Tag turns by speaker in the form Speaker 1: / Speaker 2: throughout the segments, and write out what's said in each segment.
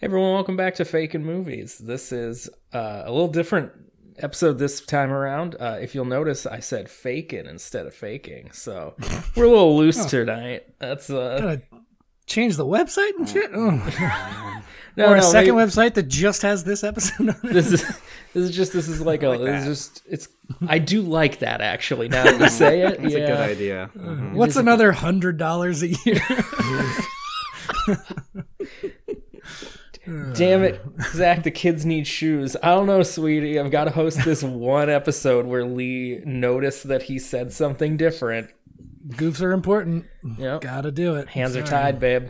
Speaker 1: everyone, welcome back to Faking Movies. This is uh, a little different episode this time around. Uh, if you'll notice, I said faking instead of faking, so we're a little loose tonight. That's uh,
Speaker 2: Gotta change the website and shit. Ugh.
Speaker 1: Mm. no,
Speaker 2: or a
Speaker 1: no,
Speaker 2: second
Speaker 1: maybe-
Speaker 2: website that just has this episode on it.
Speaker 1: This is this is just this is like a this is just it's I do like that actually. Now that you say it,
Speaker 3: It's
Speaker 1: yeah. Uh-huh.
Speaker 3: a good idea. Mhm.
Speaker 2: What's another hundred dollars a year?
Speaker 1: Damn it, Zach, the kids need shoes. I don't know, sweetie. I've got to host this one episode where Lee noticed that he said something different.
Speaker 2: Goofs are important.
Speaker 1: Yep.
Speaker 2: Gotta do it.
Speaker 1: Hands are
Speaker 2: Sorry.
Speaker 1: tied, Uh. babe.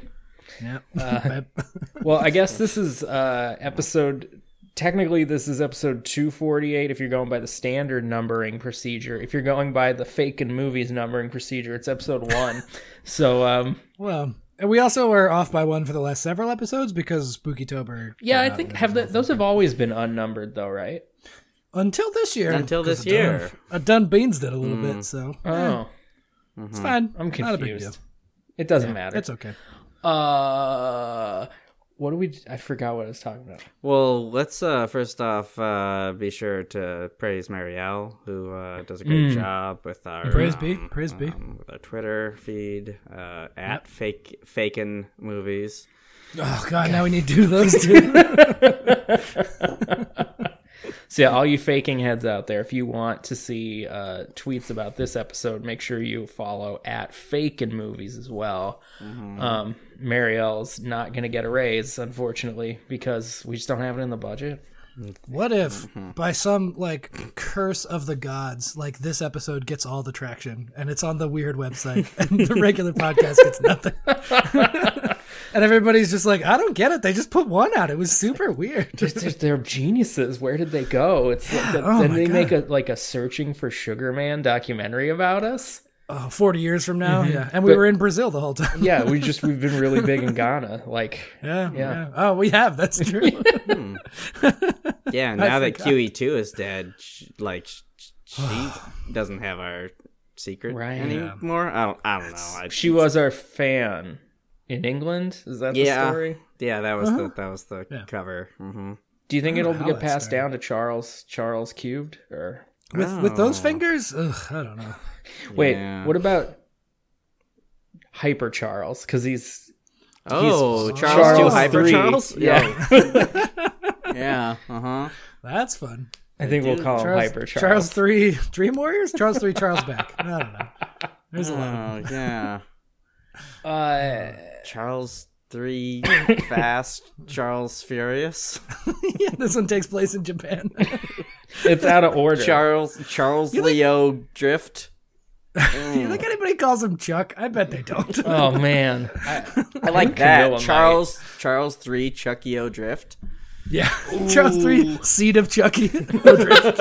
Speaker 2: Yep.
Speaker 1: Well, I guess this is uh, episode. Technically, this is episode 248 if you're going by the standard numbering procedure. If you're going by the fake and movies numbering procedure, it's episode one. so, um,
Speaker 2: well, and we also were off by one for the last several episodes because Spooky Tober.
Speaker 1: yeah, I think have the, those have always been unnumbered, though, right?
Speaker 2: Until this year.
Speaker 3: Until
Speaker 2: 'cause
Speaker 3: this
Speaker 2: I've done-
Speaker 3: year.
Speaker 2: I've done Beans did a little bit, so
Speaker 1: Oh,
Speaker 2: it's fine.
Speaker 1: I'm
Speaker 2: Not a big deal.
Speaker 1: confused. It doesn't matter.
Speaker 2: It's okay.
Speaker 1: Uh, what do we? I forgot what I was talking about.
Speaker 3: Well, let's uh, first off uh, be sure to praise Marielle, who uh, does a
Speaker 1: Mm.
Speaker 3: great job with our
Speaker 1: Uh,
Speaker 3: um,
Speaker 2: Praise be, praise be.
Speaker 1: um,
Speaker 3: with our Twitter feed uh, at fake fakin movies.
Speaker 2: Oh god, now we need to do those two.
Speaker 1: So yeah, all you faking heads out there, if you want to see uh, tweets about this episode, make sure you follow at Fakin Movies as well.
Speaker 2: Mm-hmm.
Speaker 1: Um, Marielle's not gonna get a raise, unfortunately, because we just don't have it in the budget.
Speaker 2: what if by some like curse of the gods, like this episode gets all the traction and it's on the weird website and the regular podcast gets nothing. and everybody's just like, I don't get it. They just put one out. It was super weird.
Speaker 1: They're, they're geniuses. Where did they go? It's like that,
Speaker 2: oh
Speaker 1: then
Speaker 2: my
Speaker 1: they make a like a searching for Sugar Man documentary about us.
Speaker 2: Oh, 40 years from now. Yeah. And we
Speaker 1: But-
Speaker 2: were in Brazil the whole time.
Speaker 1: Yeah, we just we've been really big in Ghana. Like
Speaker 2: Yeah, yeah.
Speaker 1: Yeah.
Speaker 2: Oh, we have. That's true.
Speaker 3: Hmm. Yeah, and now that QE two is dead, sh like sh- she doesn't have our secret
Speaker 1: Right.
Speaker 3: anymore. I don't. I don't know. I,
Speaker 1: she was our fan in England. Is that the
Speaker 3: Yeah.
Speaker 1: story?
Speaker 3: yeah, that was
Speaker 1: Uh-huh.
Speaker 3: the that was the cover. hmm
Speaker 1: Do you think it'll
Speaker 2: how
Speaker 1: get
Speaker 2: that
Speaker 1: passed
Speaker 2: started.
Speaker 1: down to Charles Charles cubed or
Speaker 2: with with those
Speaker 3: Oh.
Speaker 2: fingers? Ugh, I don't know.
Speaker 1: wait?
Speaker 3: Yeah.
Speaker 1: What about Hyper Charles? Because he's
Speaker 3: Oh,
Speaker 2: He's-
Speaker 3: Charles,
Speaker 2: Charles
Speaker 3: too hyper
Speaker 1: III.
Speaker 3: Charles.
Speaker 1: Yeah.
Speaker 3: Oh, yeah. Uh huh.
Speaker 2: That's fun.
Speaker 1: I think we'll call him Hyper Charles.
Speaker 2: Charles three Dream Warriors? Charles three Charles back. I don't know. There's a lot.
Speaker 3: Oh yeah.
Speaker 1: Uh,
Speaker 3: Charles three fast, Charles furious,
Speaker 2: yeah, this one takes place in Japan.
Speaker 1: it's out of order.
Speaker 3: Charles Charles Leo drift. Mm.
Speaker 2: you think anybody calls him Chuck? I bet they don't.
Speaker 1: oh man, I, I like
Speaker 3: That Charles Charles three Chuckio drift.
Speaker 2: yeah, Charles three seed of Chucky. No drift.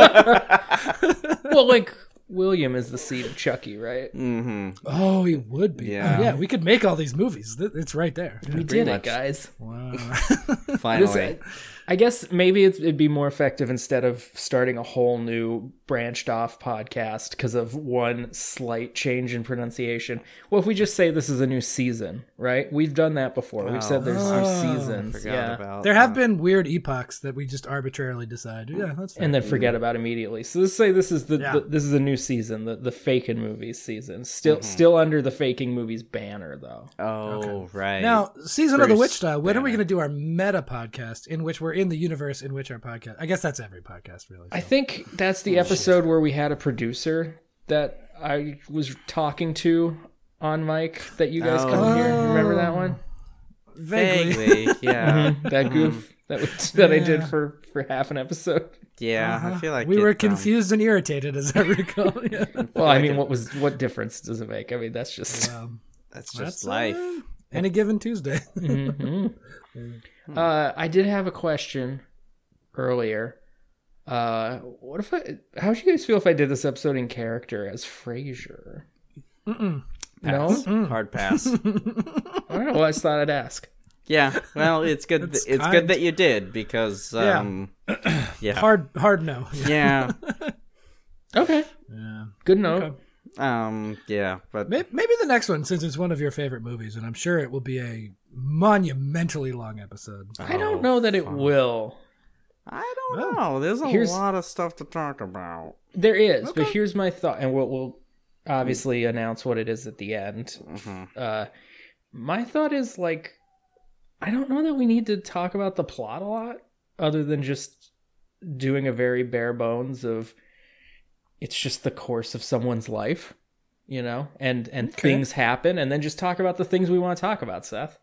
Speaker 1: Well, like William is the seed of Chucky, right?
Speaker 3: Mm,
Speaker 2: oh, he would be.
Speaker 3: Yeah.
Speaker 2: yeah. We could make all these movies. Th- It's right there.
Speaker 1: We did it,
Speaker 3: much.
Speaker 1: guys.
Speaker 2: Wow.
Speaker 1: This-
Speaker 3: Finally,
Speaker 1: I guess maybe it's, it'd be more effective instead of starting a whole new branched off podcast because of one slight change in pronunciation. Well, if we just say this is a new season, right? We've done that before. We've said there's new seasons,
Speaker 3: Ah, forgot
Speaker 1: yeah,
Speaker 3: about
Speaker 2: There have been weird epochs that we just arbitrarily decide. Yeah, that's fair.
Speaker 1: and then forget about immediately. So let's say this is the,
Speaker 2: Yeah.
Speaker 1: the this is a new season, the the faking movies season, still
Speaker 3: Mm-hmm.
Speaker 1: still under the faking movies banner though.
Speaker 3: Oh right.
Speaker 2: Now, season of the
Speaker 3: Bruce
Speaker 2: witch style. When are we going to do our meta podcast in which we're in the universe in which our podcast? I guess that's every podcast, really.
Speaker 1: I think that's
Speaker 3: Oh,
Speaker 1: the episode where we had a producer that I was talking to on mic that you guys come in
Speaker 3: Oh.
Speaker 1: here. Remember that one?
Speaker 3: vaguely,
Speaker 2: Uh-huh.
Speaker 3: yeah, Mm-hmm.
Speaker 1: That goof that was, that I did for for half an episode.
Speaker 3: yeah. I feel like
Speaker 2: we
Speaker 3: it,
Speaker 2: were
Speaker 3: um,
Speaker 2: confused and irritated, as I recall. Yeah.
Speaker 1: Well, I mean, what was what difference does it make? I mean, that's just
Speaker 3: that's
Speaker 2: That's,
Speaker 3: just
Speaker 2: uh,
Speaker 3: life.
Speaker 2: Any given Tuesday.
Speaker 1: Mm-hmm.
Speaker 3: Hmm.
Speaker 1: Uh, I did have a question earlier. Uh, what if I? How would you guys feel if I did this episode in character as Frasier?
Speaker 3: Pass.
Speaker 2: Mm.
Speaker 3: Hard pass.
Speaker 1: I don't know. Well, I just thought I'd ask.
Speaker 3: yeah. Well, it's good. It's,
Speaker 2: kind.
Speaker 3: good that you did because
Speaker 2: Yeah.
Speaker 3: um, yeah,
Speaker 2: Hard, hard no.
Speaker 3: yeah.
Speaker 1: Oh. Okay. Good note.
Speaker 3: Um, yeah, but
Speaker 2: Maybe, maybe the next one, since it's one of your favorite movies, and I'm sure it will be a monumentally long episode.
Speaker 1: I don't know that it
Speaker 3: fuck.
Speaker 1: will.
Speaker 3: oh. I
Speaker 2: Oh.
Speaker 3: don't know. There's a
Speaker 1: Here's-
Speaker 3: lot of stuff to talk about.
Speaker 1: There is, but
Speaker 2: Okay.
Speaker 1: here's my thought, and we'll, we'll obviously announce what it is at the end.
Speaker 3: Mhm.
Speaker 1: Uh, my thought is like, I don't know that we need to talk about the plot a lot, other than just doing a very bare bones of it's just the course of someone's life, you know, and and
Speaker 2: Okay.
Speaker 1: things happen, and then just talk about the things we want to talk about, Seth.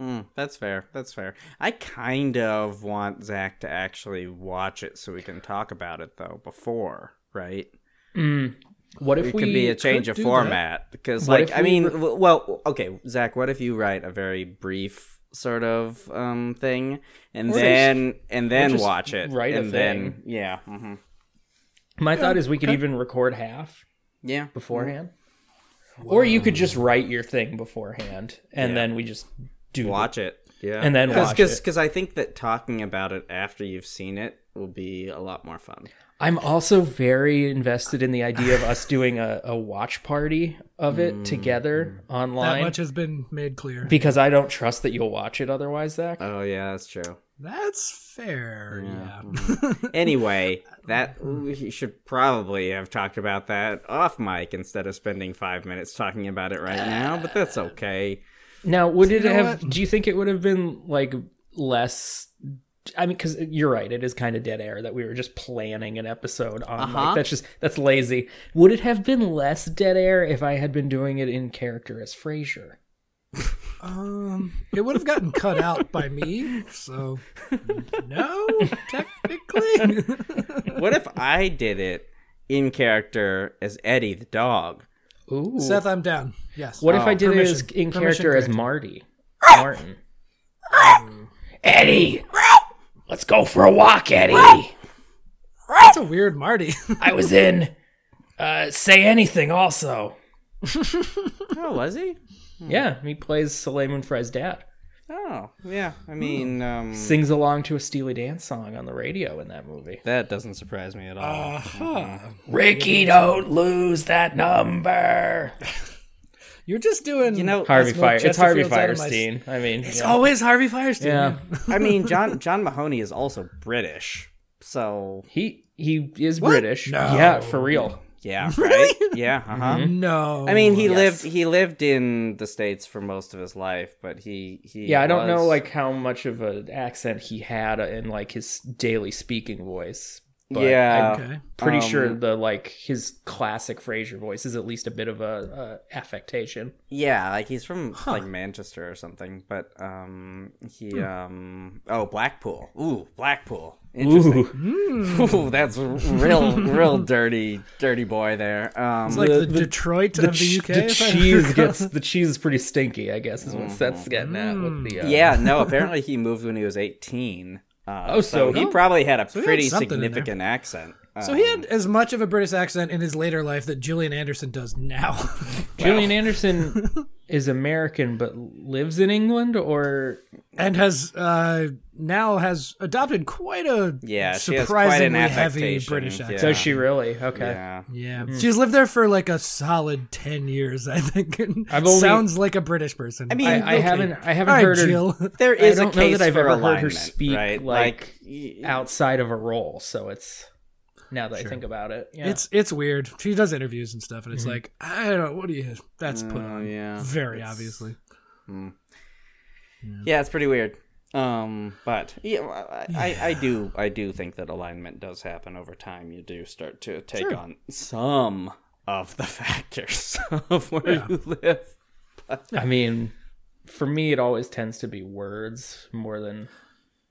Speaker 3: Mm, that's fair. That's fair. I kind of want Zach to actually watch it so we can talk about it though before, right?
Speaker 1: Mm. What if
Speaker 3: it
Speaker 1: we
Speaker 3: could be a change
Speaker 2: could
Speaker 3: of
Speaker 2: do
Speaker 3: format because
Speaker 1: What
Speaker 3: like
Speaker 1: if
Speaker 3: i
Speaker 1: we
Speaker 3: mean
Speaker 1: re-
Speaker 3: w well okay zach what if you write a very brief sort of um thing and
Speaker 1: Or just-
Speaker 3: then and then
Speaker 1: just
Speaker 3: watch it
Speaker 1: write a
Speaker 3: and then yeah mhm.
Speaker 1: My thought is we could
Speaker 2: okay.
Speaker 1: even record half
Speaker 3: yeah Mm-hmm.
Speaker 1: beforehand. Or you could just write your thing beforehand and
Speaker 3: Yeah.
Speaker 1: then we just do
Speaker 3: watch it yeah
Speaker 1: and then watch it.
Speaker 3: because i think that talking about it after you've seen it will be a lot more fun
Speaker 1: I'm also very invested in the idea of us doing a, a watch party of it together
Speaker 2: That
Speaker 1: online
Speaker 2: much has been made clear.
Speaker 1: because I don't trust that you'll watch it otherwise, Zach.
Speaker 3: oh yeah that's true
Speaker 2: That's fair. Yeah.
Speaker 3: anyway that we should probably have talked about that off mic instead of spending five minutes talking about it right now but that's okay
Speaker 1: now, would it
Speaker 2: know
Speaker 1: have
Speaker 2: what?
Speaker 1: do you think it would have been like less I mean, because you're right, it is kind of dead air that we were just planning an episode on. like,
Speaker 3: Uh-huh.
Speaker 1: that's just that's lazy. Would it have been less dead air if I had been doing it in character as Frasier?
Speaker 2: Um, it would have gotten cut out by me, so no, technically.
Speaker 3: What if I did it in character as Eddie the dog?
Speaker 1: Ooh.
Speaker 2: Seth, I'm down. Yes.
Speaker 1: What if I did it
Speaker 2: Oh, permission.
Speaker 1: as in
Speaker 2: Permission
Speaker 1: character as
Speaker 2: granted.
Speaker 1: Marty? Martin. Hmm. Eddie! Let's go for a walk, Eddie!
Speaker 2: That's a weird Marty.
Speaker 1: I was in uh, Say Anything also.
Speaker 3: Oh, was he?
Speaker 2: Hmm.
Speaker 1: Yeah, he plays Soleil Frye's dad.
Speaker 3: Oh, yeah. I
Speaker 1: Hmm.
Speaker 3: mean, um,
Speaker 1: Sings along to a Steely Dan song on the radio in that movie.
Speaker 3: that doesn't surprise me at all.
Speaker 1: Ah. Uh-huh. Ricky, don't lose that number.
Speaker 2: You're just doing.
Speaker 3: you know,
Speaker 1: Harvey
Speaker 2: Well,
Speaker 1: Fire. It's Harvey
Speaker 2: Chesterfield's out of my-
Speaker 1: Firestein. I mean,
Speaker 2: it's
Speaker 1: yeah.
Speaker 2: always Harvey Firestein.
Speaker 1: yeah.
Speaker 3: I mean, John John Mahoney is also British, so
Speaker 1: He he is British.
Speaker 2: No.
Speaker 1: Yeah, for real.
Speaker 3: yeah, right? Yeah, uh huh.
Speaker 2: No.
Speaker 3: I mean, he
Speaker 1: Mm-hmm. Oh, Yes.
Speaker 3: lived he lived in the states for most of his life, but he he
Speaker 1: Yeah, I don't know
Speaker 3: was-
Speaker 1: like how much of an accent he had in like his daily speaking voice. But
Speaker 3: Yeah.
Speaker 1: I'm
Speaker 2: Okay.
Speaker 1: pretty
Speaker 3: Um,
Speaker 1: sure the like his classic Fraser voice is at least a bit of a, a affectation.
Speaker 3: yeah, like he's from like Manchester or something, but um he um oh Blackpool, ooh Blackpool, interesting. Ooh, that's r- real, real dirty, dirty boy there. Um,
Speaker 2: It's like the,
Speaker 1: the-
Speaker 2: Detroit
Speaker 1: the,
Speaker 2: of
Speaker 1: ch-
Speaker 2: the UK.
Speaker 1: the
Speaker 2: if I-
Speaker 1: cheese gets the cheese is pretty stinky. I guess is what Seth's getting at with the uh,
Speaker 3: yeah, no. Apparently, he moved when he was eighteen. Uh,
Speaker 1: Oh, so-
Speaker 3: he probably had a
Speaker 2: he had
Speaker 3: pretty
Speaker 2: something in there.
Speaker 3: significant accent. Uh,
Speaker 2: So he had as much of a British accent in his later life that Gillian Anderson does now.
Speaker 1: Julian Anderson is American but lives in England, or
Speaker 2: and has uh, now has adopted quite a
Speaker 3: Yeah, she has quite an
Speaker 2: surprisingly heavy
Speaker 3: affectation,
Speaker 2: British
Speaker 3: yeah.
Speaker 2: accent.
Speaker 1: does she really? Okay.
Speaker 3: yeah.
Speaker 2: Yeah, she's lived there for like a solid ten years, I think. and
Speaker 1: I've only-
Speaker 2: sounds like a British person. I
Speaker 3: mean,
Speaker 1: I, I
Speaker 3: Okay.
Speaker 1: haven't. I haven't
Speaker 2: all right,
Speaker 1: heard her.
Speaker 2: Jill.
Speaker 3: There
Speaker 1: I
Speaker 3: is a
Speaker 1: don't know
Speaker 3: case
Speaker 1: that I've
Speaker 3: for
Speaker 1: ever heard her
Speaker 3: alignment,
Speaker 1: speak,
Speaker 3: right?
Speaker 1: like,
Speaker 3: y-
Speaker 1: outside of a role. So it's now that I think about it, yeah.
Speaker 2: It's it's weird. She does interviews and stuff, and it's like I don't know what do you. That's put
Speaker 3: Oh,
Speaker 2: on
Speaker 3: yeah,
Speaker 2: very
Speaker 3: It's-
Speaker 2: obviously.
Speaker 3: Yeah, it's pretty weird. Um, but yeah, I, I, I do, I do think that alignment does happen over time. You do start to take on some of the factors of where you live.
Speaker 1: I mean, for me, it always tends to be words more than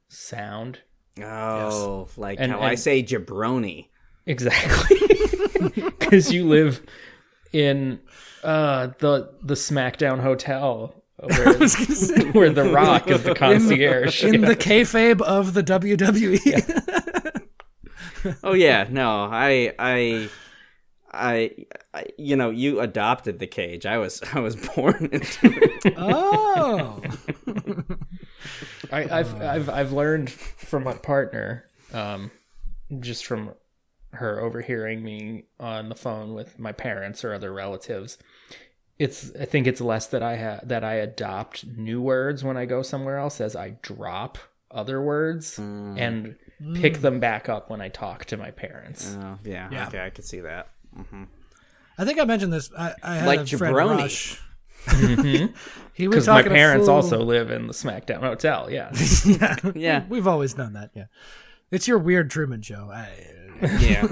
Speaker 1: sound.
Speaker 3: Oh, like
Speaker 1: And-
Speaker 3: how I
Speaker 1: and-
Speaker 3: say jabroni.
Speaker 1: Exactly, because you live in uh, the the SmackDown hotel where, where The Rock is the concierge.
Speaker 2: In the kayfabe of the E. WWE,
Speaker 3: Oh yeah, no, I, I, I, I, you know, you adopted the cage. I was, I was born into. It.
Speaker 2: oh,
Speaker 1: I, I've I've I've learned from my partner, um, just from her overhearing me on the phone with my parents or other relatives. It's I think it's less that I ha- that I adopt new words when I go somewhere else as I drop other words
Speaker 3: Mm.
Speaker 1: and pick them back up when I talk to my parents.
Speaker 3: Oh, yeah,
Speaker 2: Yeah.
Speaker 3: Okay, I could see that. Mm-hmm.
Speaker 2: I think I mentioned this. I, I had
Speaker 3: Like
Speaker 2: a friend
Speaker 3: jabroni.
Speaker 2: Rush. he was
Speaker 1: Because my
Speaker 2: Mm-hmm. talking a
Speaker 1: parents
Speaker 2: fool-
Speaker 1: also live in the SmackDown Hotel. Yeah.
Speaker 3: Yeah,
Speaker 2: We've always done that. Yeah, it's your weird Truman Show. I,
Speaker 3: yeah.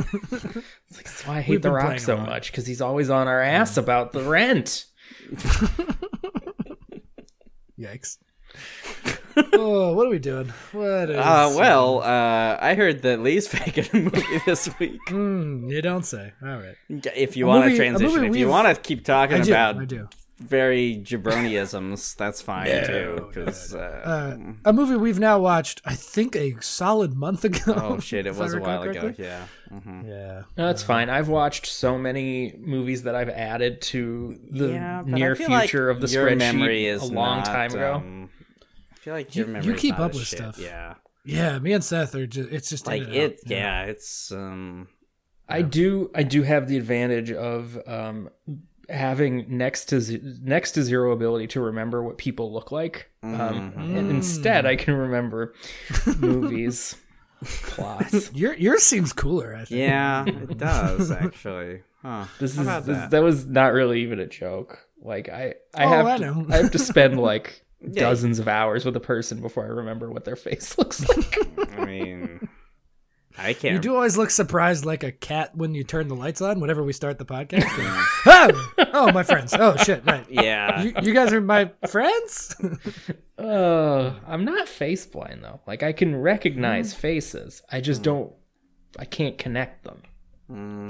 Speaker 1: That's why I
Speaker 2: We've
Speaker 1: hate The
Speaker 2: been
Speaker 1: Rock
Speaker 2: playing
Speaker 1: so
Speaker 2: a lot.
Speaker 1: much because he's always on our ass about the rent.
Speaker 2: yikes. oh, what are we doing? What is?
Speaker 3: Uh, well, uh, I heard that Lee's faking a movie this week.
Speaker 2: Hmm, you don't say. All right.
Speaker 3: If you
Speaker 2: A
Speaker 3: want to
Speaker 2: movie- a
Speaker 3: transition,
Speaker 2: movie
Speaker 3: if you
Speaker 2: we've-
Speaker 3: want to keep talking
Speaker 2: I do.
Speaker 3: about
Speaker 2: I do.
Speaker 3: very jabroniisms, that's fine too. Because uh,
Speaker 2: Uh, a movie we've now watched, I think, a solid month ago.
Speaker 3: oh shit, it
Speaker 2: if I
Speaker 3: was a
Speaker 2: recall
Speaker 3: while ago.
Speaker 2: correctly.
Speaker 3: Yeah. hmm
Speaker 2: Yeah.
Speaker 1: No, that's fine. I've watched so many movies that I've added to the
Speaker 3: Yeah, but I
Speaker 1: near
Speaker 3: feel like
Speaker 1: future of the
Speaker 3: your
Speaker 1: spreadsheet
Speaker 3: memory is
Speaker 1: a long
Speaker 3: not,
Speaker 1: time ago.
Speaker 3: um, I feel like your
Speaker 2: You- you
Speaker 3: memory.
Speaker 2: keep up
Speaker 3: as
Speaker 2: with
Speaker 3: shit.
Speaker 2: stuff.
Speaker 3: Yeah.
Speaker 2: Yeah, me and Seth are just, it's just
Speaker 3: Like
Speaker 2: in and out,
Speaker 3: it.
Speaker 2: you know?
Speaker 3: Yeah. It's um.
Speaker 1: I do. I do have the advantage of um, having next to ze- next to zero ability to remember what people look like. Um,
Speaker 3: Mm-hmm.
Speaker 1: and Instead, I can remember movies, plots.
Speaker 2: Your, yours seems cooler, I think.
Speaker 3: Yeah. It does actually. Huh.
Speaker 1: This
Speaker 3: How
Speaker 1: is
Speaker 3: about
Speaker 1: this,
Speaker 3: that?
Speaker 1: that? was not really even a joke. Like I, I
Speaker 2: Oh,
Speaker 1: have
Speaker 2: I
Speaker 1: to,
Speaker 2: know.
Speaker 1: I have to spend like
Speaker 3: Yeah.
Speaker 1: dozens of hours with a person before I remember what their face looks like.
Speaker 3: I mean, I can't.
Speaker 2: You do always look surprised like a cat when you turn the lights on whenever we start the podcast. oh, oh, my friends. Oh, shit, right.
Speaker 3: Yeah.
Speaker 2: You, you guys are my friends?
Speaker 1: Uh, I'm not face blind though. Like I can recognize faces. I just don't. I can't connect them.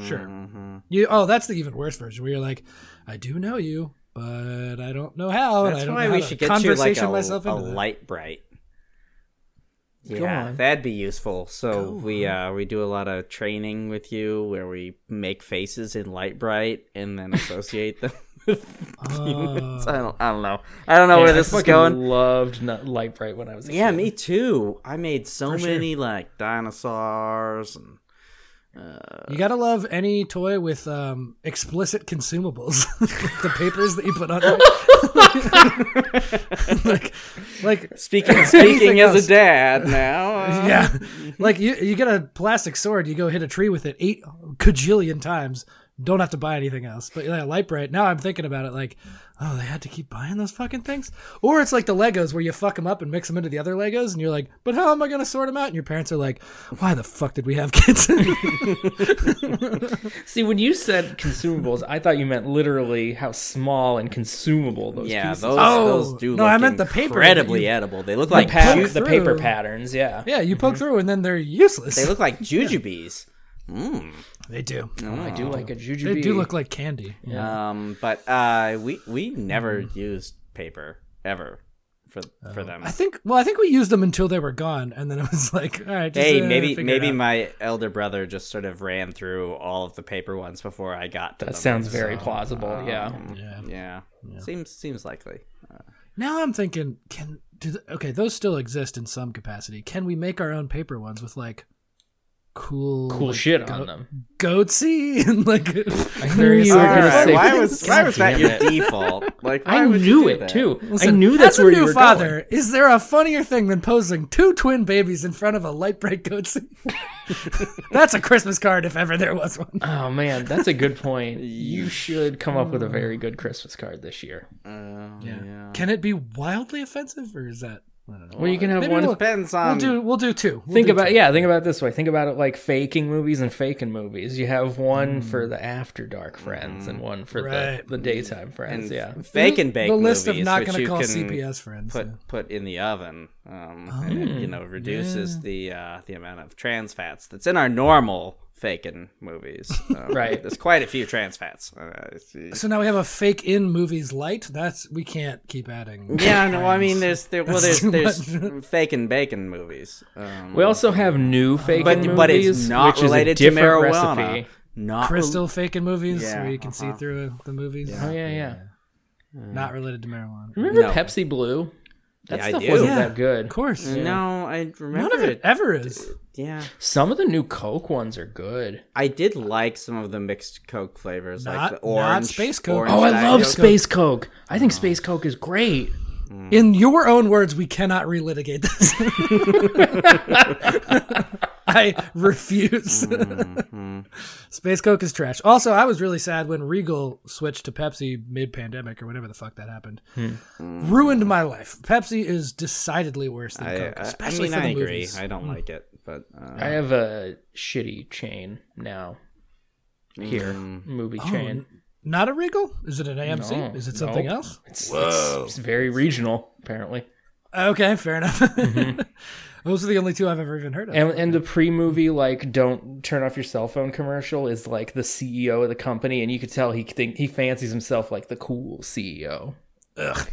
Speaker 2: sure.
Speaker 3: Mm-hmm.
Speaker 2: You. Oh, that's the even worse version where you're like, I do know you, but I don't know how. and I
Speaker 3: That's
Speaker 2: don't
Speaker 3: why
Speaker 2: know
Speaker 3: we
Speaker 2: how to
Speaker 3: should get you like
Speaker 2: conversation
Speaker 3: a,
Speaker 2: myself
Speaker 3: a
Speaker 2: into that.
Speaker 3: light bright.
Speaker 1: Go
Speaker 3: Yeah,
Speaker 1: on.
Speaker 3: that'd be useful. So we uh, we do a lot of training with you where we make faces in light bright and then associate them. with
Speaker 2: Uh,
Speaker 3: humans. I, don't, I don't know. I don't know where
Speaker 1: Man, I
Speaker 3: this is
Speaker 1: fucking
Speaker 3: going.
Speaker 1: Loved Nut- Light Bright when I was a
Speaker 3: Yeah,
Speaker 1: kid.
Speaker 3: me too. I made so
Speaker 2: For sure.
Speaker 3: many like dinosaurs and
Speaker 2: You gotta love any toy with um, explicit consumables. the papers that you put on there. like, like,
Speaker 3: speaking
Speaker 2: Anything
Speaker 3: speaking as
Speaker 2: else?
Speaker 3: a dad now. uh,
Speaker 2: yeah, like you you get a plastic sword, you go hit a tree with it eight cajillion times. Don't have to buy anything else. But yeah, light bright. Now I'm thinking about it like, oh, they had to keep buying those fucking things. Or it's like the Legos where you fuck them up and mix them into the other Legos, and you're like, but how am I gonna sort them out? And your parents are like, why the fuck did we have kids?
Speaker 1: See, when you said consumables, I thought you meant literally how small and consumable those
Speaker 3: Yeah,
Speaker 1: pieces.
Speaker 3: those,
Speaker 2: Oh,
Speaker 3: those do
Speaker 2: no,
Speaker 3: look
Speaker 2: I meant the paper that
Speaker 3: incredibly
Speaker 2: you-
Speaker 3: edible. They look like
Speaker 1: Pa-
Speaker 3: ju-
Speaker 1: the paper
Speaker 2: through.
Speaker 1: patterns. Yeah.
Speaker 2: yeah, you poke through and then they're useless.
Speaker 3: they look like jujubes. Mm.
Speaker 2: They do.
Speaker 1: Oh, I do like a jujube.
Speaker 2: They do look like candy.
Speaker 3: Um, but uh, we we never
Speaker 1: Hmm.
Speaker 3: used paper ever for
Speaker 1: Oh.
Speaker 3: for them.
Speaker 2: I think. Well, I think we used them until they were gone, and then it was like, all right. Just,
Speaker 3: Hey,
Speaker 2: uh,
Speaker 3: maybe
Speaker 2: figure it
Speaker 3: maybe
Speaker 2: out.
Speaker 3: my elder brother just sort of ran through all of the paper ones before I got to
Speaker 1: That
Speaker 3: them.
Speaker 1: sounds very
Speaker 3: so, um,
Speaker 1: plausible. yeah.
Speaker 2: Yeah.
Speaker 3: Yeah. seems seems likely.
Speaker 2: Now I'm thinking, can do the, okay. Those still exist in some capacity. Can we make our own paper ones with like cool,
Speaker 1: Cool
Speaker 2: like,
Speaker 1: shit
Speaker 2: go-
Speaker 1: on them.
Speaker 2: Goatsy and like
Speaker 1: you were gonna
Speaker 3: Alright,
Speaker 1: say-
Speaker 3: why was why
Speaker 1: God
Speaker 3: was that
Speaker 1: damn
Speaker 3: your
Speaker 1: it.
Speaker 3: default? Like why
Speaker 1: I
Speaker 3: would you
Speaker 1: knew
Speaker 3: do
Speaker 1: it
Speaker 3: that?
Speaker 1: too. I
Speaker 2: Listen,
Speaker 1: knew that's
Speaker 2: as a
Speaker 1: where
Speaker 2: new
Speaker 1: you were
Speaker 2: father,
Speaker 1: going.
Speaker 2: Is there a funnier thing than posing two twin babies in front of a light bright goatsy? That's a Christmas card if ever there was one.
Speaker 1: Oh man, that's a good point. You should come up with a very good Christmas card this year.
Speaker 3: Oh,
Speaker 2: Yeah.
Speaker 3: yeah.
Speaker 2: Can it be wildly offensive, or is that? I don't know.
Speaker 1: Well, you can have
Speaker 2: Maybe
Speaker 1: one.
Speaker 2: we'll-
Speaker 3: Depends
Speaker 2: We'll
Speaker 3: on
Speaker 2: do. We'll do 2 We'll
Speaker 1: think
Speaker 2: do
Speaker 1: about
Speaker 2: two.
Speaker 1: yeah. Think about it this way. Think about it like faking movies and faking movies. You have one for the after dark friends and one for
Speaker 2: Mm. Mm-hmm. Right.
Speaker 1: the, the daytime friends.
Speaker 3: and
Speaker 1: yeah,
Speaker 3: fake and bake
Speaker 2: the list
Speaker 3: movies,
Speaker 2: of not
Speaker 3: which
Speaker 2: gonna
Speaker 3: you
Speaker 2: call
Speaker 3: can
Speaker 2: CPS friends.
Speaker 3: put
Speaker 2: yeah.
Speaker 3: put in the oven, um,
Speaker 2: Oh,
Speaker 3: and it, you know reduces the uh, the amount of trans fats that's in our normal faking movies. Um,
Speaker 1: Right.
Speaker 3: there's quite a few trans fats. Uh, I see.
Speaker 2: So now we have a fake in movies light. That's we can't keep adding.
Speaker 3: yeah, no, I mean there's there well there's
Speaker 2: That's too
Speaker 3: there's fake and bacon movies, um,
Speaker 1: we also have new faking
Speaker 3: but
Speaker 1: movies,
Speaker 3: but it's not
Speaker 1: which
Speaker 3: related
Speaker 1: is a
Speaker 3: to
Speaker 1: different
Speaker 3: marijuana.
Speaker 1: recipe.
Speaker 3: Not rel-
Speaker 2: crystal faking movies
Speaker 3: Yeah, uh-huh.
Speaker 2: where you can see through the movies.
Speaker 1: Oh yeah, yeah.
Speaker 2: Not related to marijuana.
Speaker 1: Remember
Speaker 3: No.
Speaker 1: Pepsi Blue? That
Speaker 3: Yeah, I
Speaker 1: stuff
Speaker 3: do.
Speaker 1: wasn't
Speaker 2: Yeah.
Speaker 1: that good.
Speaker 2: Of course.
Speaker 3: No, I remember
Speaker 2: None of it ever is.
Speaker 3: Yeah,
Speaker 1: Some of the new Coke ones are good.
Speaker 3: I did like some of the mixed Coke flavors,
Speaker 2: Not-
Speaker 3: like the
Speaker 2: not
Speaker 3: orange.
Speaker 2: Space Coke.
Speaker 3: orange
Speaker 1: Oh, I
Speaker 3: Diet
Speaker 1: love
Speaker 3: Coke.
Speaker 1: Space Coke. I
Speaker 2: Oh.
Speaker 1: think Space Coke is great.
Speaker 2: In your own words, we cannot relitigate this. I refuse.
Speaker 3: Mm-hmm.
Speaker 2: Space Coke is trash. Also, I was really sad when Regal switched to Pepsi mid pandemic or whatever the fuck that happened. Ruined my life. Pepsi is decidedly worse than
Speaker 3: I,
Speaker 2: Coke,
Speaker 3: I, I
Speaker 2: especially
Speaker 3: mean,
Speaker 2: for the
Speaker 3: I agree.
Speaker 2: movies. Mm.
Speaker 3: I don't like it, but uh,
Speaker 2: Oh.
Speaker 1: I have a shitty chain now. Here,
Speaker 2: Mm.
Speaker 1: movie
Speaker 2: Oh,
Speaker 1: chain.
Speaker 2: Hmm. Not a Regal? Is it an AMC?
Speaker 1: No.
Speaker 2: is it something
Speaker 1: Nope.
Speaker 2: else?
Speaker 1: It's, it's, it's very regional, apparently.
Speaker 2: Okay, fair enough. Those are the only two I've ever even heard of.
Speaker 1: And and the pre movie like don't turn off your cell phone commercial is like the CEO of the company, and you could tell he think he fancies himself like the cool E CEO.
Speaker 2: Ugh.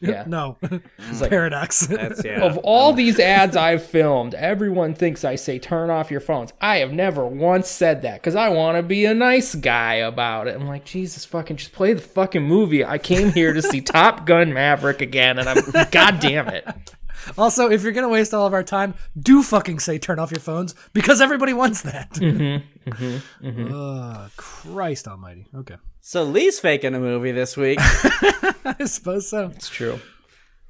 Speaker 1: Yeah.
Speaker 2: No.
Speaker 1: like-
Speaker 2: Paradox.
Speaker 3: that's yeah.
Speaker 1: Of all these ads I've filmed, everyone thinks I say turn off your phones. I have never once said that because I want to be a nice guy about it. I'm like, Jesus fucking, just play the fucking movie. I came here to see Top Gun Maverick again, and I'm, god damn it.
Speaker 2: Also, if you're gonna waste all of our time, do fucking say turn off your phones because everybody wants that.
Speaker 1: Mm-hmm,
Speaker 2: Ugh, Christ Almighty. Okay,
Speaker 3: so Lee's faking a movie this week.
Speaker 2: I suppose so.
Speaker 1: It's true.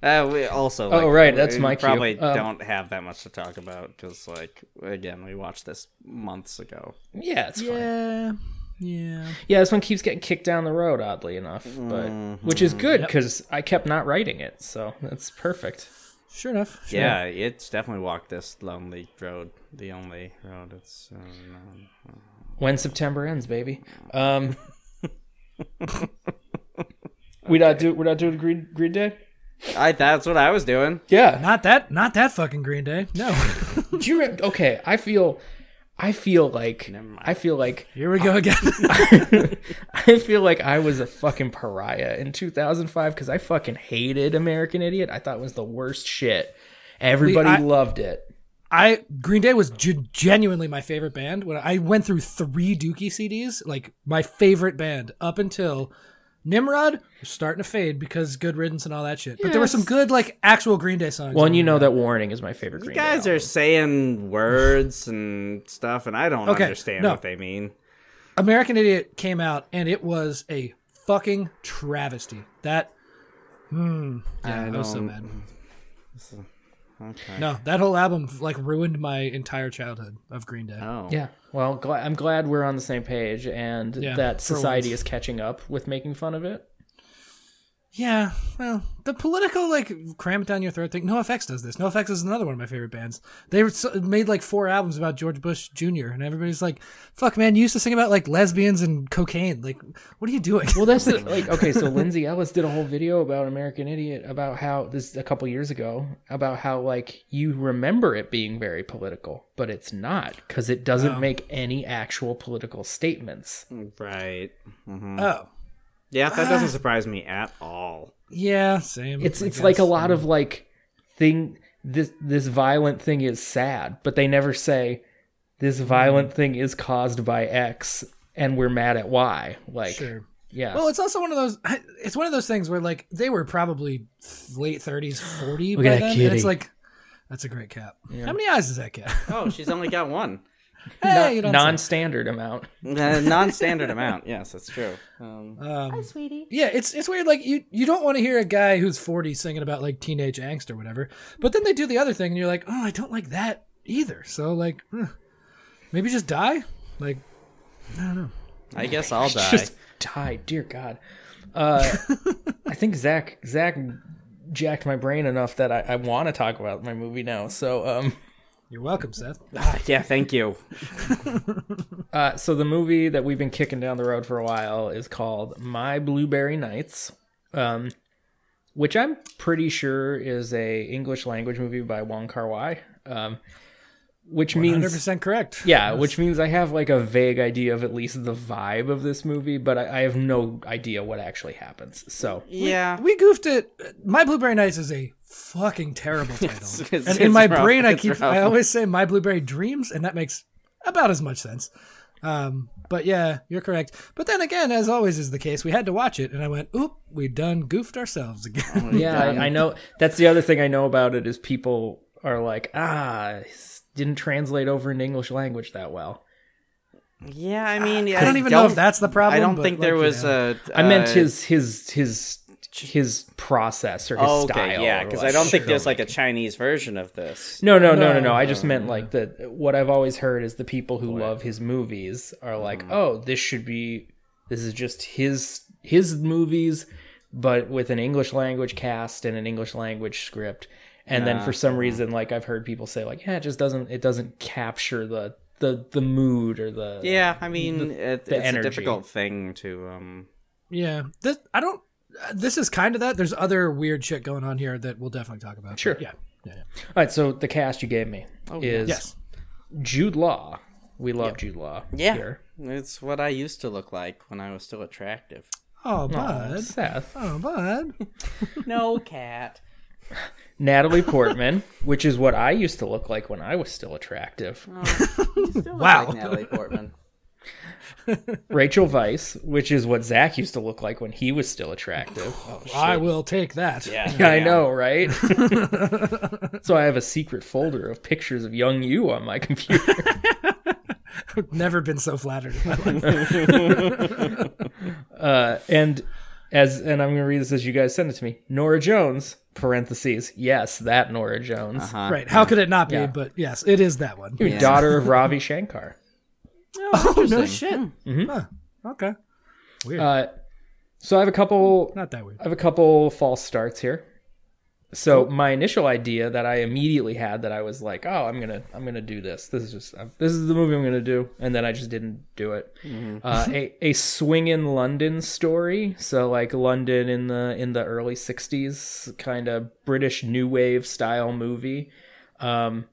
Speaker 3: Uh, we also.
Speaker 1: Oh,
Speaker 3: like,
Speaker 1: right, that's
Speaker 3: we
Speaker 1: my cue.
Speaker 3: probably
Speaker 1: Um,
Speaker 3: don't have that much to talk about because, like, again, we watched this months ago.
Speaker 1: Yeah, it's fine.
Speaker 2: Yeah, yeah.
Speaker 1: Yeah, this one keeps getting kicked down the road, oddly enough, but which is good because I kept not writing it, so that's perfect.
Speaker 2: Sure enough. Sure
Speaker 3: Yeah, it's definitely walked this lonely road, the only road. It's um,
Speaker 1: When September ends, baby. Um, we not do we not doing Green Green Day.
Speaker 3: I that's what I was doing.
Speaker 1: Yeah,
Speaker 2: Not that. Not that fucking Green Day. No.
Speaker 1: do you remember? Okay, I feel, I feel like I feel like
Speaker 2: Here we go again.
Speaker 1: I feel like I was a fucking pariah in 2005 because I fucking hated American Idiot. I thought it was the worst shit. Everybody
Speaker 2: I-
Speaker 1: loved it.
Speaker 2: I Green Day was gen- genuinely my favorite band. When I went through three Dookie CDs, like my favorite band up until Nimrod was starting to fade because Good Riddance and all that shit. But there were some good like actual Green Day songs.
Speaker 1: Well,
Speaker 2: on
Speaker 1: and you
Speaker 2: there.
Speaker 1: know that Warning is my favorite.
Speaker 3: You
Speaker 1: Green Day
Speaker 3: guys
Speaker 1: album.
Speaker 3: are saying words and stuff, and I don't
Speaker 2: Okay,
Speaker 3: understand
Speaker 2: no.
Speaker 3: what they mean.
Speaker 2: American Idiot came out and it was a fucking travesty. That hmm, yeah,
Speaker 3: I
Speaker 2: that was so
Speaker 3: don't-
Speaker 2: bad. No, that whole album like ruined my entire childhood of Green Day.
Speaker 3: Oh,
Speaker 1: Yeah. Well, gla- I'm glad we're on the same page and
Speaker 2: Yeah,
Speaker 1: that
Speaker 2: for
Speaker 1: society
Speaker 2: once.
Speaker 1: is catching up with making fun of it.
Speaker 2: Yeah, well, the political like cram it down your throat thing. No Effects does this. No Effects is another one of my favorite bands. They were so, made like four albums about George Bush Jr. and everybody's like, "Fuck, man, you used to sing about like lesbians and cocaine. Like, what are you doing?"
Speaker 1: Well, that's the, like okay. So Lindsay Ellis did a whole video about American Idiot about how this a couple years ago about how like you remember it being very political, but it's not because it doesn't make any actual political statements.
Speaker 3: right. Mm-hmm.
Speaker 2: oh,
Speaker 3: Yeah, that doesn't surprise me at all.
Speaker 2: yeah, same.
Speaker 1: It's
Speaker 2: I
Speaker 1: it's like a
Speaker 2: guess.
Speaker 1: lot of like thing this this violent thing is sad, but they never say this violent thing is caused by X and we're mad at Y. Like
Speaker 2: Sure.
Speaker 1: yeah.
Speaker 2: Well, it's also one of those. I- It's one of those things where like they were probably late thirties, forty
Speaker 1: Look
Speaker 2: by
Speaker 1: at that
Speaker 2: then. And
Speaker 1: kitty.
Speaker 2: it's like that's a great cap. How many eyes does that cat?
Speaker 3: Oh, she's only got one.
Speaker 2: hey,
Speaker 1: Not-
Speaker 2: you don't say.
Speaker 1: non-standard amount.
Speaker 3: Uh, non-standard amount. Yes, that's true. Um,
Speaker 2: Um,
Speaker 4: sweetie.
Speaker 2: yeah, it's it's weird. Like you you don't want to hear a guy who's forty singing about like teenage angst or whatever, but then they do the other thing, and you're like, oh, I don't like that either. So like, eh, maybe just die. Like
Speaker 3: I guess I'll die.
Speaker 1: Just die, dear God. Uh, I think Zach Zach jacked my brain enough that I, I want to talk about my movie now. So um,
Speaker 2: you're welcome, Seth.
Speaker 3: Yeah, thank you.
Speaker 1: uh, so the movie that we've been kicking down the road for a while is called My Blueberry Nights, um, which I'm pretty sure is a English language movie by Wong Kar Wai. Um, which
Speaker 2: Hundred
Speaker 1: means
Speaker 2: percent correct.
Speaker 1: Yeah, which means I have like a vague idea of at least the vibe of this movie, but I, I have no idea what actually happens. So
Speaker 3: Yeah.
Speaker 2: We goofed it. My Blueberry Nights is a fucking terrible title.
Speaker 3: it's-
Speaker 2: and in
Speaker 3: it's
Speaker 2: my
Speaker 3: rough,
Speaker 2: brain, I
Speaker 3: it's
Speaker 2: keep,
Speaker 3: rough.
Speaker 2: I always say My Blueberry Dreams, and that makes about as much sense. Um, but yeah, you're correct. But then again, as always is the case, we had to watch it, and I went, "Oop, we done goofed ourselves
Speaker 3: Oh,
Speaker 2: again."
Speaker 1: Yeah, I, I know. That's the other thing I know about it is people are like, ah, s- didn't translate over into English language that well.
Speaker 3: Yeah, I mean,
Speaker 2: I don't even know if that's the problem.
Speaker 3: I don't
Speaker 2: but,
Speaker 3: think there
Speaker 2: like, you
Speaker 3: was
Speaker 2: know.
Speaker 3: a.
Speaker 1: I meant
Speaker 3: uh,
Speaker 1: his his his his process or his
Speaker 3: Oh,
Speaker 1: style.
Speaker 3: okay, yeah,
Speaker 1: or
Speaker 3: because I
Speaker 1: like-
Speaker 3: don't think there's like a Chinese version of this.
Speaker 1: No, no, no, no, no. I just meant like that. What I've always heard is the people
Speaker 3: Oh,
Speaker 1: who love his movies are like,
Speaker 3: Mm-hmm.
Speaker 1: oh, this should be, this is just his his movies, but with an English language cast and an English language script. And then
Speaker 3: Ah,
Speaker 1: for some reason, like I've heard people say, like, yeah, it just doesn't, it doesn't capture the the the mood or the
Speaker 3: Yeah, I mean, it,
Speaker 1: the
Speaker 3: it's
Speaker 1: energy.
Speaker 3: a difficult thing to. um
Speaker 2: yeah. This I don't. uh, This is kind of that. There's other weird shit going on here that we'll definitely talk about.
Speaker 1: Sure.
Speaker 2: But Yeah. Yeah. yeah.
Speaker 1: All right, so the cast you gave me is
Speaker 2: Yes.
Speaker 1: Jude Law. We love Jude Law.
Speaker 3: Oh, Yeah,
Speaker 1: here.
Speaker 3: it's what I used to look like when I was still attractive.
Speaker 2: Oh, bud.
Speaker 1: Seth.
Speaker 2: Oh, bud.
Speaker 3: no cat.
Speaker 1: Natalie Portman, which is what I used to look like when I was still attractive.
Speaker 2: Wow.
Speaker 3: Natalie Portman.
Speaker 1: Rachel Weiss, which is what Zach used to look like when he was still attractive.
Speaker 2: I will take that.
Speaker 3: Yeah,
Speaker 1: I know, right? so I have a secret folder of pictures of young you on my computer.
Speaker 2: Never been so flattered. in my life.
Speaker 1: Uh, and as and I'm going to read this as you guys send it to me. Nora Jones, parentheses, yes, that Nora Jones,
Speaker 3: Uh-huh.
Speaker 2: right. How could it not be?
Speaker 1: Yeah.
Speaker 2: But yes, it is that one.
Speaker 1: daughter of Ravi Shankar.
Speaker 2: Oh, no shit.
Speaker 1: Mhm.
Speaker 2: Huh. Okay. Weird.
Speaker 1: Uh, so I have a couple
Speaker 2: not that weird.
Speaker 1: I have a couple false starts here. So my initial idea that I immediately had that I was like, oh, I'm gonna I'm gonna do this. This is just I'm, this is the movie I'm gonna do, and then I just didn't do it. Uh, a a swing in London story. So like London in the in the early '60s, kind of British new wave style movie. Um,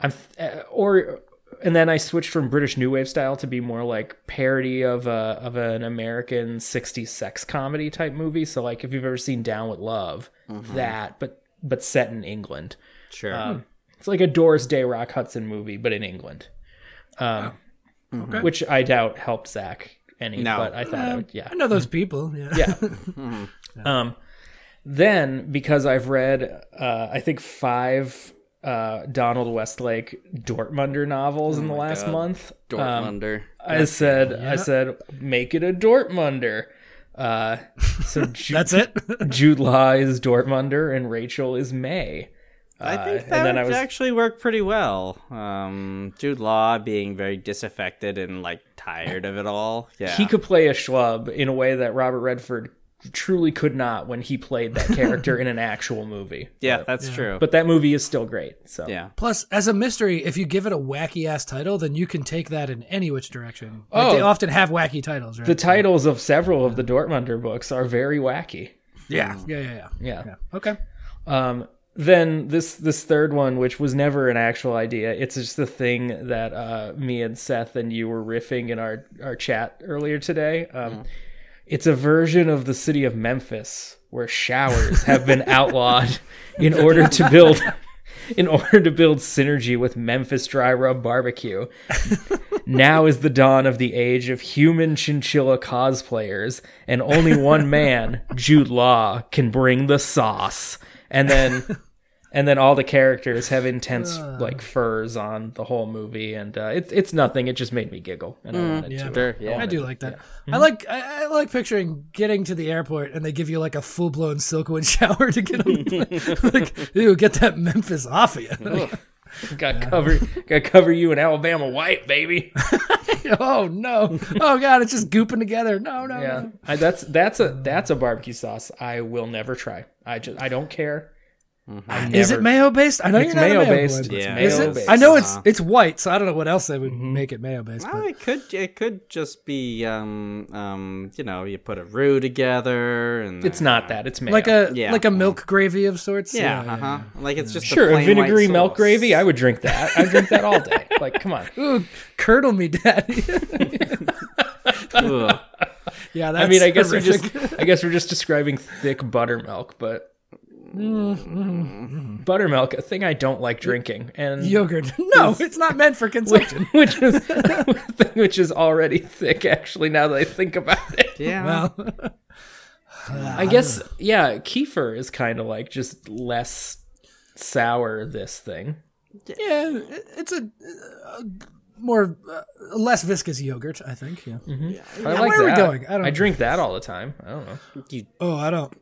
Speaker 1: I'm uh, or and then I switched from British new wave style to be more like parody of a of an American 60s sex comedy type movie. So like if you've ever seen Down with Love,
Speaker 3: Mm-hmm.
Speaker 1: that but but set in England.
Speaker 3: Sure.
Speaker 1: Um, it's like a Doris Day Rock Hudson movie, but in England. Um,
Speaker 2: Okay.
Speaker 1: which I doubt helped Zach any,
Speaker 3: Mm-hmm. No.
Speaker 1: but I thought I would, yeah.
Speaker 2: I know those people. Yeah.
Speaker 1: Yeah. Um, then because I've read, uh, I think five uh, Donald Westlake Dortmunder novels in the last
Speaker 3: Oh God.
Speaker 1: month. Um,
Speaker 3: Dortmunder.
Speaker 1: I said, I said, make it a Dortmunder. Uh, so Ju-
Speaker 2: That's it.
Speaker 1: Jude Law is Dortmunder and Rachel is May.
Speaker 3: I think
Speaker 1: Uh, and
Speaker 3: that
Speaker 1: then
Speaker 3: would
Speaker 1: I was-
Speaker 3: actually worked pretty well. Um, Jude Law being very disaffected and like tired of it all. Yeah.
Speaker 1: He could play a schlub in a way that Robert Redford truly could not when he played that character in an actual movie.
Speaker 3: yeah, that's true.
Speaker 1: But that movie is still great. So
Speaker 3: yeah.
Speaker 2: Plus, as a mystery, if you give it a wacky ass title, then you can take that in any which direction. Like, they
Speaker 1: Oh.
Speaker 2: often have wacky titles, right?
Speaker 1: the titles of several of the Dortmunder books are very wacky.
Speaker 3: Mm.
Speaker 2: yeah. yeah, yeah, yeah,
Speaker 1: Yeah.
Speaker 2: yeah. Okay.
Speaker 1: Um, then this this third one, which was never an actual idea, it's just the thing that uh, me and Seth and you were riffing in our our chat earlier today. Um, It's a version of the city of Memphis where showers have been outlawed in order to build. In order to build synergy with Memphis dry rub barbecue, now is the dawn of the age of human chinchilla cosplayers, and only one man, Jude Law, can bring the sauce. And then, and then all the characters have intense like furs on the whole movie, and uh, it's it's nothing. It just made me giggle, and I wanted
Speaker 2: yeah.
Speaker 1: to. uh,
Speaker 3: Sure. Yeah.
Speaker 2: I do like that. I like I, I like picturing getting to the airport and they give you like a full blown Silkwood shower to get on the plane. like, ew, get that Memphis off of you.
Speaker 1: Got cover, got cover you in Alabama white, baby.
Speaker 2: oh no! Oh god, it's just gooping together. No, no,
Speaker 1: Yeah,
Speaker 2: no.
Speaker 1: I, that's that's a that's a barbecue sauce I will never try. I just I don't care. I
Speaker 2: Is
Speaker 1: never-
Speaker 2: it mayo based? I know
Speaker 1: It's
Speaker 2: you're not a mayo
Speaker 1: mayo-based.
Speaker 2: boy, but-
Speaker 1: It's
Speaker 3: Yeah.
Speaker 2: Is it?
Speaker 1: mayo-based.
Speaker 2: I know it's
Speaker 3: Uh-huh.
Speaker 2: it's white, so I don't know what else they would make it mayo based.
Speaker 3: Well, it could it could just be um um you know you put a roux together and
Speaker 1: It's not that. It's mayo.
Speaker 2: like a
Speaker 3: Yeah.
Speaker 2: like a milk gravy of sorts.
Speaker 3: yeah, uh huh like it's just
Speaker 1: Sure, a
Speaker 3: a plain white
Speaker 1: vinegary milk
Speaker 3: sauce.
Speaker 1: gravy. I would drink that. I drink that all day. Like, come on.
Speaker 2: Ooh, curdle me, daddy.
Speaker 3: Ugh.
Speaker 2: yeah, that's
Speaker 1: I mean, I guess
Speaker 2: horrific.
Speaker 1: we're just I guess we're just describing thick buttermilk, but Buttermilk, a thing I don't like drinking, and
Speaker 2: Mm-hmm. Yogurt. No, it's not meant for consumption.
Speaker 1: which is which is already thick. Actually, now that I think about it,
Speaker 3: Yeah.
Speaker 2: well,
Speaker 1: I guess
Speaker 2: Ah.
Speaker 1: yeah, kefir is kind of like just less sour. This thing,
Speaker 2: yeah, it- it's a, uh, more uh, less viscous yogurt, I think. Yeah.
Speaker 1: I like
Speaker 2: where are we
Speaker 1: that.
Speaker 2: going? I don't
Speaker 1: I
Speaker 2: know.
Speaker 1: drink that all the time. I don't know.
Speaker 2: Oh, I don't.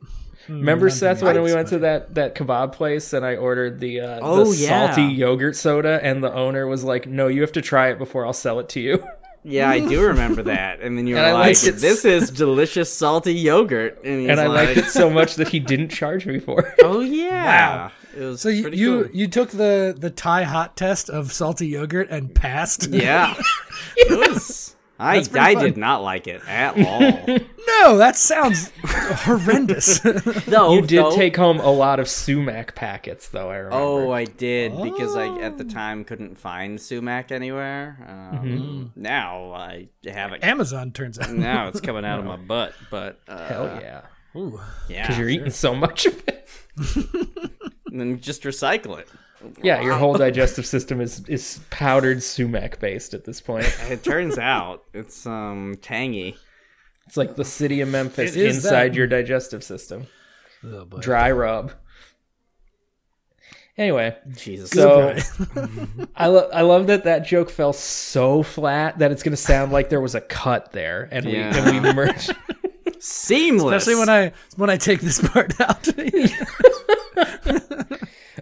Speaker 1: Remember
Speaker 2: Mm,
Speaker 1: Seth when we went to that that kebab place and I ordered the uh,
Speaker 3: Oh,
Speaker 1: the salty
Speaker 3: yeah.
Speaker 1: yogurt soda and the owner was like, "No, you have to try it before I'll sell it to you."
Speaker 3: Yeah, I do remember that. And then you were
Speaker 1: And I
Speaker 3: like,
Speaker 1: liked it
Speaker 3: "This is delicious salty yogurt," and, he's
Speaker 1: and I
Speaker 3: like,
Speaker 1: liked it so much that he didn't charge me for it.
Speaker 3: "Oh yeah, it was
Speaker 2: So you
Speaker 3: pretty
Speaker 2: you,
Speaker 3: cool."
Speaker 2: you took the the Thai hot test of salty yogurt and passed.
Speaker 3: yeah, it was. I
Speaker 2: That's pretty
Speaker 3: I
Speaker 2: fun.
Speaker 3: did not like it at all.
Speaker 2: No, that sounds horrendous.
Speaker 3: Though
Speaker 2: Oh,
Speaker 1: You did
Speaker 3: though-
Speaker 1: take home a lot of sumac packets, though. I remember.
Speaker 3: Oh, I did because I at the time couldn't find sumac anywhere. Um, Now I have it.
Speaker 2: Amazon turns out.
Speaker 3: Now it's coming out of my butt. But uh,
Speaker 1: hell yeah!
Speaker 3: yeah,
Speaker 1: Because you're eating so much of it.
Speaker 3: and then just recycle it.
Speaker 1: Yeah, your whole digestive system is is powdered sumac based at this point.
Speaker 3: It turns out it's um tangy.
Speaker 1: It's like the city of Memphis
Speaker 2: It is
Speaker 1: inside
Speaker 2: that.
Speaker 1: your digestive system.
Speaker 2: Oh, boy.
Speaker 1: Dry rub. Anyway,
Speaker 3: Jesus.
Speaker 1: so I, lo- I love that that joke fell so flat that it's going to sound like there was a cut there and
Speaker 3: Yeah.
Speaker 1: we and we merged.
Speaker 3: seamless.
Speaker 2: Especially when I when I take this part out.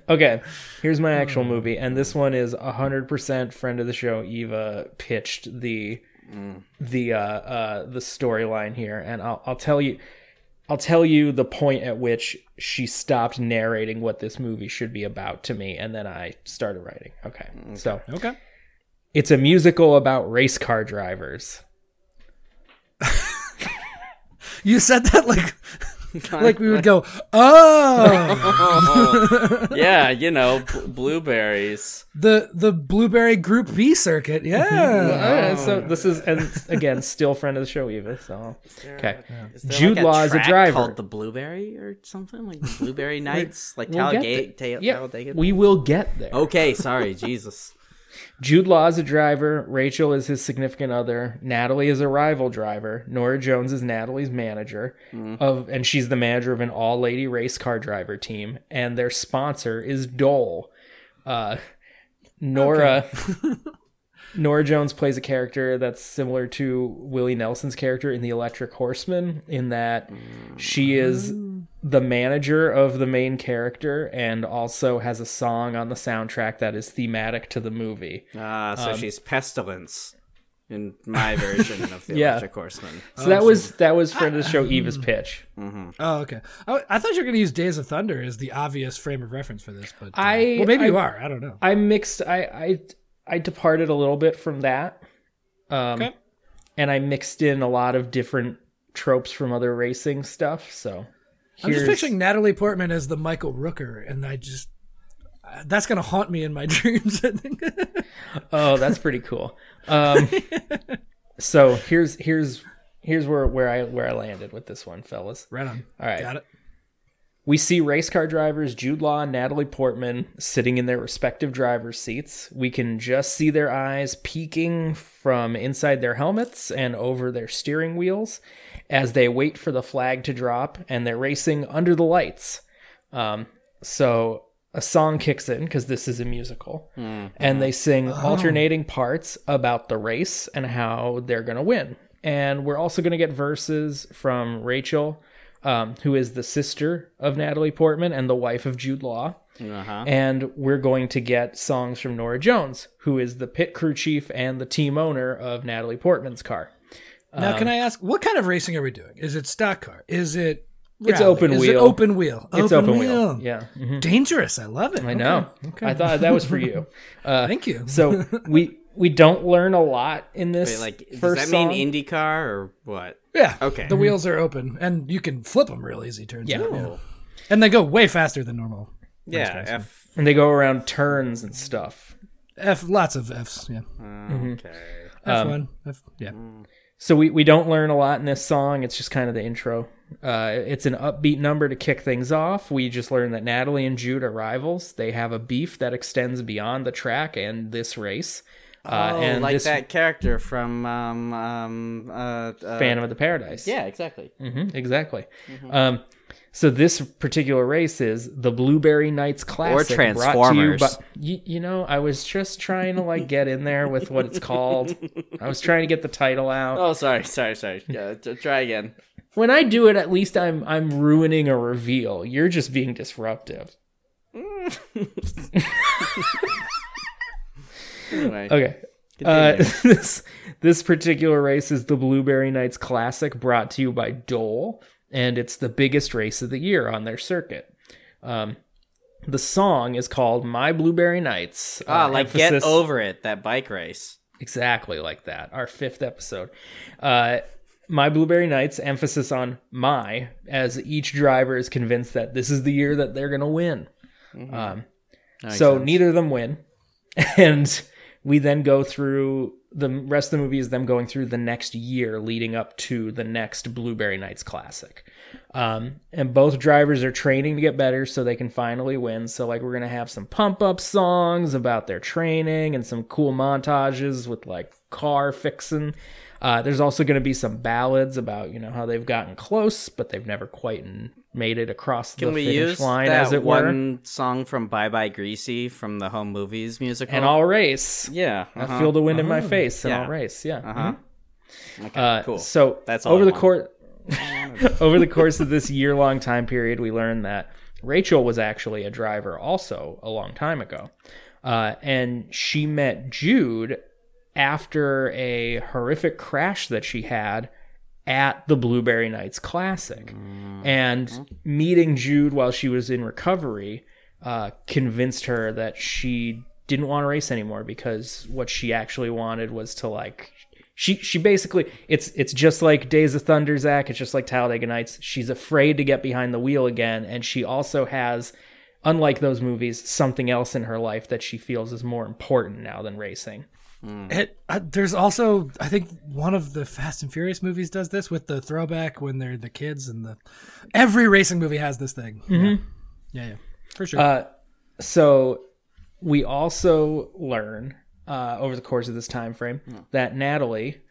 Speaker 1: Okay, here's my actual
Speaker 3: Hmm.
Speaker 1: movie, and this one is hundred percent friend of the show. Eva pitched the
Speaker 3: Mm.
Speaker 1: the uh, uh, the storyline here, and I'll I'll tell you. I'll tell you the point at which she stopped narrating what this movie should be about to me, and then I started writing. Okay.
Speaker 3: Mm,
Speaker 1: So
Speaker 2: okay.
Speaker 1: it's a musical about race car drivers.
Speaker 2: You said that like like we would go, "Oh,
Speaker 3: yeah, you know, bl- blueberries.
Speaker 2: the the blueberry group B circuit." Yeah.
Speaker 1: Uh, so this is, and again, still friend of the show, Eva. So, okay.
Speaker 3: Is there,
Speaker 1: Jude
Speaker 3: like,
Speaker 1: Law is a
Speaker 3: track
Speaker 1: driver.
Speaker 3: called the Blueberry or something like the Blueberry Nights, like
Speaker 1: We'll get
Speaker 3: Talladega.
Speaker 1: there.
Speaker 3: Ta-
Speaker 1: yeah,
Speaker 3: Talladega?
Speaker 1: we will get there.
Speaker 3: Okay, sorry, Jesus.
Speaker 1: Jude Law is a driver. Rachel is his significant other. Natalie is a rival driver. Nora Jones is Natalie's manager of, and she's the manager of an all-lady race car driver team. And their sponsor is Dole. Uh, Nora. Nora Jones plays a character that's similar to Willie Nelson's character in The Electric Horseman, in that she is the manager of the main character and also has a song on the soundtrack that is thematic to the movie.
Speaker 3: Ah,
Speaker 1: Um,
Speaker 3: so she's pestilence in my version of the
Speaker 1: Yeah.
Speaker 3: Electric Horseman.
Speaker 1: So that was that was friend of the show Eva's pitch.
Speaker 2: Oh, okay. I, I thought you were going to use Days of Thunder as the obvious frame of reference for this, but uh,
Speaker 1: I-
Speaker 2: well, maybe
Speaker 1: I-
Speaker 2: you are. I don't know.
Speaker 1: I mixed I I I departed a little bit from that. Um
Speaker 2: Okay.
Speaker 1: and I mixed in a lot of different tropes from other racing stuff, so
Speaker 2: I'm just
Speaker 1: here's-
Speaker 2: picturing Natalie Portman as the Michael Rooker, and I just uh, that's going to haunt me in my dreams. I think.
Speaker 1: Oh, that's pretty cool. Um, so here's here's here's where where I where I landed with this one, fellas.
Speaker 2: right on.
Speaker 1: All right.
Speaker 2: Got it.
Speaker 1: We see race car drivers Jude Law and Natalie Portman sitting in their respective driver's seats. We can just see their eyes peeking from inside their helmets and over their steering wheels as they wait for the flag to drop and they're racing under the lights. Um, so a song kicks in because this is a musical and they sing alternating parts about the race and how they're going to win. And we're also going to get verses from Rachel, um, who is the sister of Natalie Portman and the wife of Jude Law.
Speaker 3: Uh-huh.
Speaker 1: And we're going to get songs from Nora Jones, who is the pit crew chief and the team owner of Natalie Portman's car.
Speaker 2: Now, can I ask what kind of racing are we doing? Is it stock car? Is it?
Speaker 1: It's
Speaker 2: rally?
Speaker 1: open
Speaker 2: Is It
Speaker 1: wheel.
Speaker 2: open wheel.
Speaker 1: It's open, wheel. Yeah. Mhm.
Speaker 2: Dangerous. I love it.
Speaker 1: I know. I thought that was for you. Uh,
Speaker 2: Thank you.
Speaker 1: so we we don't learn a lot in this.
Speaker 3: Wait, like, does
Speaker 1: first
Speaker 3: that
Speaker 1: song.
Speaker 3: mean IndyCar or what?
Speaker 2: yeah.
Speaker 3: Okay.
Speaker 2: The wheels are open, and you can flip them real easy. Turns
Speaker 1: Yeah.
Speaker 2: out. Yeah. And they go way faster than normal.
Speaker 3: Yeah, F.
Speaker 1: and they go around turns and stuff. Mm-hmm.
Speaker 2: F. Lots of Fs. Yeah.
Speaker 3: Okay.
Speaker 1: Um,
Speaker 2: F one. F. Yeah.
Speaker 1: So we, we don't learn a lot in this song. It's just kind of the intro. Uh, it's an upbeat number to kick things off. We just learned that Natalie and Jude are rivals. They have a beef that extends beyond the track and this race. Uh,
Speaker 3: oh,
Speaker 1: and
Speaker 3: like
Speaker 1: this
Speaker 3: that character from um um uh, uh
Speaker 1: Phantom of the Paradise.
Speaker 3: Yeah, Mm-hmm. exactly.
Speaker 1: hmm exactly. Um, so this particular race is the Blueberry Nights Classic, brought to you by.
Speaker 3: Transformers.
Speaker 1: You, you know, I was just trying to like get in there with what it's called. I was trying to get the title out.
Speaker 3: Oh, sorry, sorry, sorry. Yeah, t- try again.
Speaker 1: when I do it, at least I'm I'm ruining a reveal. You're just being disruptive.
Speaker 3: Anyway,
Speaker 1: Okay. Uh, this this particular race is the Blueberry Nights Classic, brought to you by Dole, and it's the biggest race of the year on their circuit. Um, the song is called "My Blueberry Nights."
Speaker 3: ah,
Speaker 1: uh,
Speaker 3: like get
Speaker 1: emphasis-
Speaker 3: over it. That bike race.
Speaker 1: exactly like that. Our fifth episode. Uh, my Blueberry Nights emphasis on my, as each driver is convinced that this is the year that they're gonna win. Um,
Speaker 3: makes
Speaker 1: so
Speaker 3: sense.
Speaker 1: neither of them win, and we then go through the rest of the movie is them going through the next year leading up to the next Blueberry Nights Classic. Um, and both drivers are training to get better so they can finally win. So, like, we're going to have some pump up songs about their training and some cool montages with like car fixing. Uh, there's also going to be some ballads about, you know, how they've gotten close, but they've never quite n- made it across
Speaker 3: Can
Speaker 1: the
Speaker 3: we
Speaker 1: finish
Speaker 3: use
Speaker 1: line,
Speaker 3: that
Speaker 1: as it were.
Speaker 3: one song from Bye Bye Greasy from the Home Movies musical?
Speaker 1: And I'll race.
Speaker 3: yeah, uh-huh.
Speaker 1: I feel the wind in my face and
Speaker 3: Yeah.
Speaker 1: I'll race. Yeah. Mm-hmm.
Speaker 3: Uh-huh. Okay,
Speaker 1: Uh,
Speaker 3: cool.
Speaker 1: So
Speaker 3: That's all
Speaker 1: over
Speaker 3: I
Speaker 1: the
Speaker 3: wanted.
Speaker 1: course over the course of this year long time period, we learned that Rachel was actually a driver also a long time ago, uh, and she met Jude after a horrific crash that she had at the Blueberry Nights Classic,
Speaker 3: Mm-hmm.
Speaker 1: and meeting Jude while she was in recovery uh, convinced her that she didn't want to race anymore because what she actually wanted was to like she she basically it's it's just like Days of Thunder, Zach. It's just like Talladega Nights. She's afraid to get behind the wheel again, and she also has, unlike those movies, something else in her life that she feels is more important now than racing.
Speaker 2: It, uh, there's also, I think, one of the Fast and Furious movies does this with the throwback when they're the kids and the. Every racing movie has this thing.
Speaker 1: Mm-hmm.
Speaker 2: Yeah. yeah, yeah, for sure.
Speaker 1: So we also learn uh, over the course of this time frame that Natalie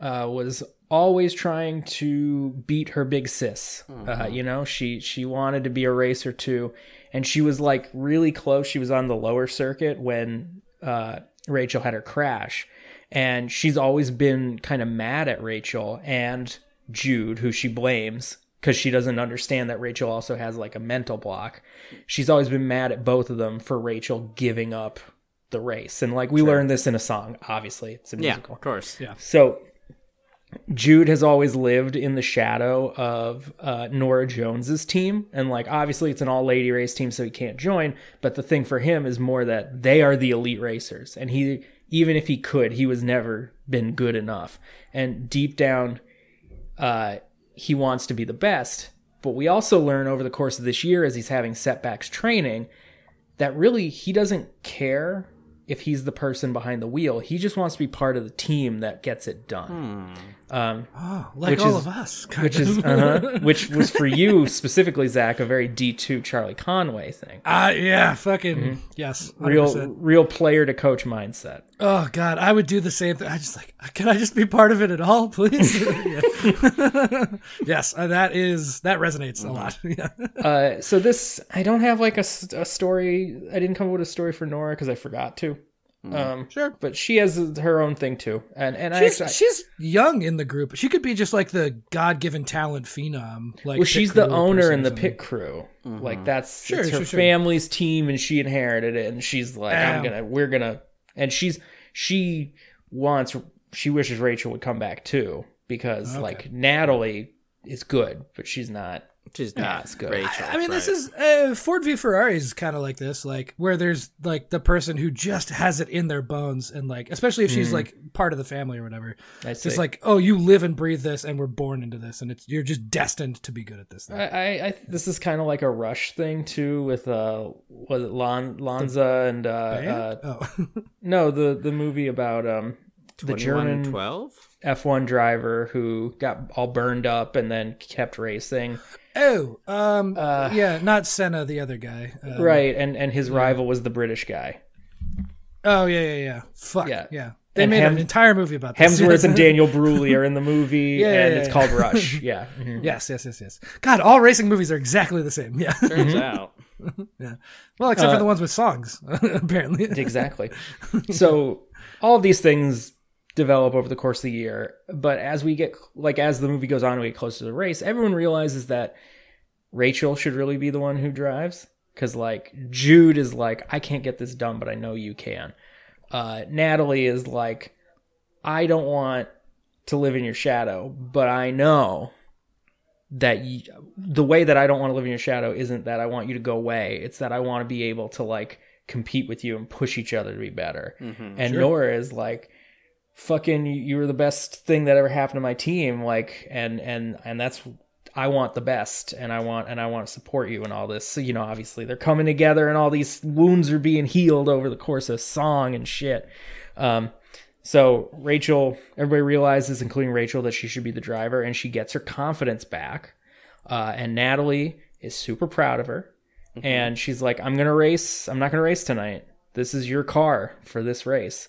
Speaker 1: uh, was always trying to beat her big sis. Uh, you know, she she wanted to be a racer too, and she was like really close. She was on the lower circuit when uh, Rachel had her crash, and she's always been kind of mad at Rachel and Jude, who she blames because she doesn't understand that Rachel also has like a mental block. She's always been mad at both of them for Rachel giving up the race. And like we learned this in a song, obviously. It's a
Speaker 3: yeah,
Speaker 1: musical.
Speaker 3: of course. Yeah.
Speaker 1: So Jude has always lived in the shadow of uh, Nora Jones's team, and like obviously it's an all lady race team, so he can't join. But the thing for him is more that they are the elite racers, and he even if he could, he was never been good enough. And deep down, uh, he wants to be the best. But we also learn over the course of this year, as he's having setbacks training, that really he doesn't care if he's the person behind the wheel. He just wants to be part of the team that gets it done
Speaker 2: oh, like
Speaker 1: which
Speaker 2: all
Speaker 1: is-
Speaker 2: of us. kind
Speaker 1: which is
Speaker 2: of.
Speaker 1: uh which was for you specifically, Zach, a very D two Charlie Conway thing.
Speaker 2: Uh, yeah, fucking yes,
Speaker 1: Mm-hmm.
Speaker 2: 100%.
Speaker 1: Real real player to coach mindset.
Speaker 2: Oh God, I would do the same thing. I just like, can I just be part of it at all, please? Yeah. yes, uh, that is that resonates
Speaker 1: Mm-hmm.
Speaker 2: a lot. Yeah.
Speaker 1: Uh, so this I don't have like a, s- a story. I didn't come up with a story for Nora because I forgot to. Um, sure, but she has her own thing too, and and I
Speaker 2: She's,
Speaker 1: actually-
Speaker 2: she's young in the group. She could be just like the God-given talent phenom. Like,
Speaker 1: well,
Speaker 2: pit
Speaker 1: she's the
Speaker 2: crew
Speaker 1: owner
Speaker 2: person or
Speaker 1: in the
Speaker 2: something.
Speaker 1: pit crew. Like that's
Speaker 2: Sure,
Speaker 1: it's her
Speaker 2: sure, sure.
Speaker 1: family's team, and she inherited it. And she's like, I'm
Speaker 2: Ow.
Speaker 1: gonna, we're gonna, and she's she wants, she wishes Rachel would come back too because like Natalie is good, but she's not.
Speaker 3: She's
Speaker 1: Yeah,
Speaker 3: not
Speaker 1: it's good.
Speaker 3: Rachel.
Speaker 2: I mean, this
Speaker 3: right.
Speaker 2: is uh, Ford v Ferrari is kind of like this, like where there's like the person who just has it in their bones, and like especially if
Speaker 1: Mm-hmm.
Speaker 2: she's like part of the family or whatever.
Speaker 1: I
Speaker 2: It's just
Speaker 1: see.
Speaker 2: like, oh, you live and breathe this, and we're born into this, and it's you're just destined to be good at this thing.
Speaker 1: I, I, I this is kind of like a rush thing too with uh was it Lon Lonza and uh, uh
Speaker 2: oh,
Speaker 1: no the the movie about um the German
Speaker 4: 2112?
Speaker 1: F1 driver who got all burned up and then kept racing.
Speaker 2: Oh, um, yeah, not Senna, the other guy. Um,
Speaker 1: Uh, right, and and his rival was the British guy.
Speaker 2: Oh yeah, yeah, yeah. Fuck
Speaker 1: Yeah.
Speaker 2: yeah. They
Speaker 1: And
Speaker 2: made
Speaker 1: Hem-
Speaker 2: an entire movie about this.
Speaker 1: Hemsworth and Daniel Brühl are in the movie,
Speaker 2: Yeah, yeah,
Speaker 1: and
Speaker 2: yeah,
Speaker 1: it's
Speaker 2: yeah.
Speaker 1: called Rush. Yeah. mhm.
Speaker 2: Yes, yes, yes, yes. God, all racing movies are exactly the same. Yeah.
Speaker 1: Mm-hmm.
Speaker 4: Turns out.
Speaker 2: Well, except
Speaker 1: Uh,
Speaker 2: for the ones with songs, apparently.
Speaker 1: exactly. So all of these things develop over the course of the year, but as we get like as the movie goes on, we get closer to the race. Everyone realizes that Rachel should really be the one who drives because like Jude is like, I can't get this done, but I know you can. Uh, Natalie is like, I don't want to live in your shadow, but I know that you, the way that I don't want to live in your shadow isn't that I want you to go away. It's that I want to be able to like compete with you and push each other to be better.
Speaker 3: Mm-hmm. Mm,
Speaker 1: And Nora is like, fucking, you- you were the best thing that ever happened to my team. Like, and, and, and that's, I want the best and I want, and I want to support you and all this. So, you know, obviously they're coming together and all these wounds are being healed over the course of song and shit. Um, so Rachel, everybody realizes, including Rachel, that she should be the driver, and she gets her confidence back. Uh, and Natalie is super proud of her, and she's like, "I'm gonna race. I'm not gonna race tonight. This is your car for this race."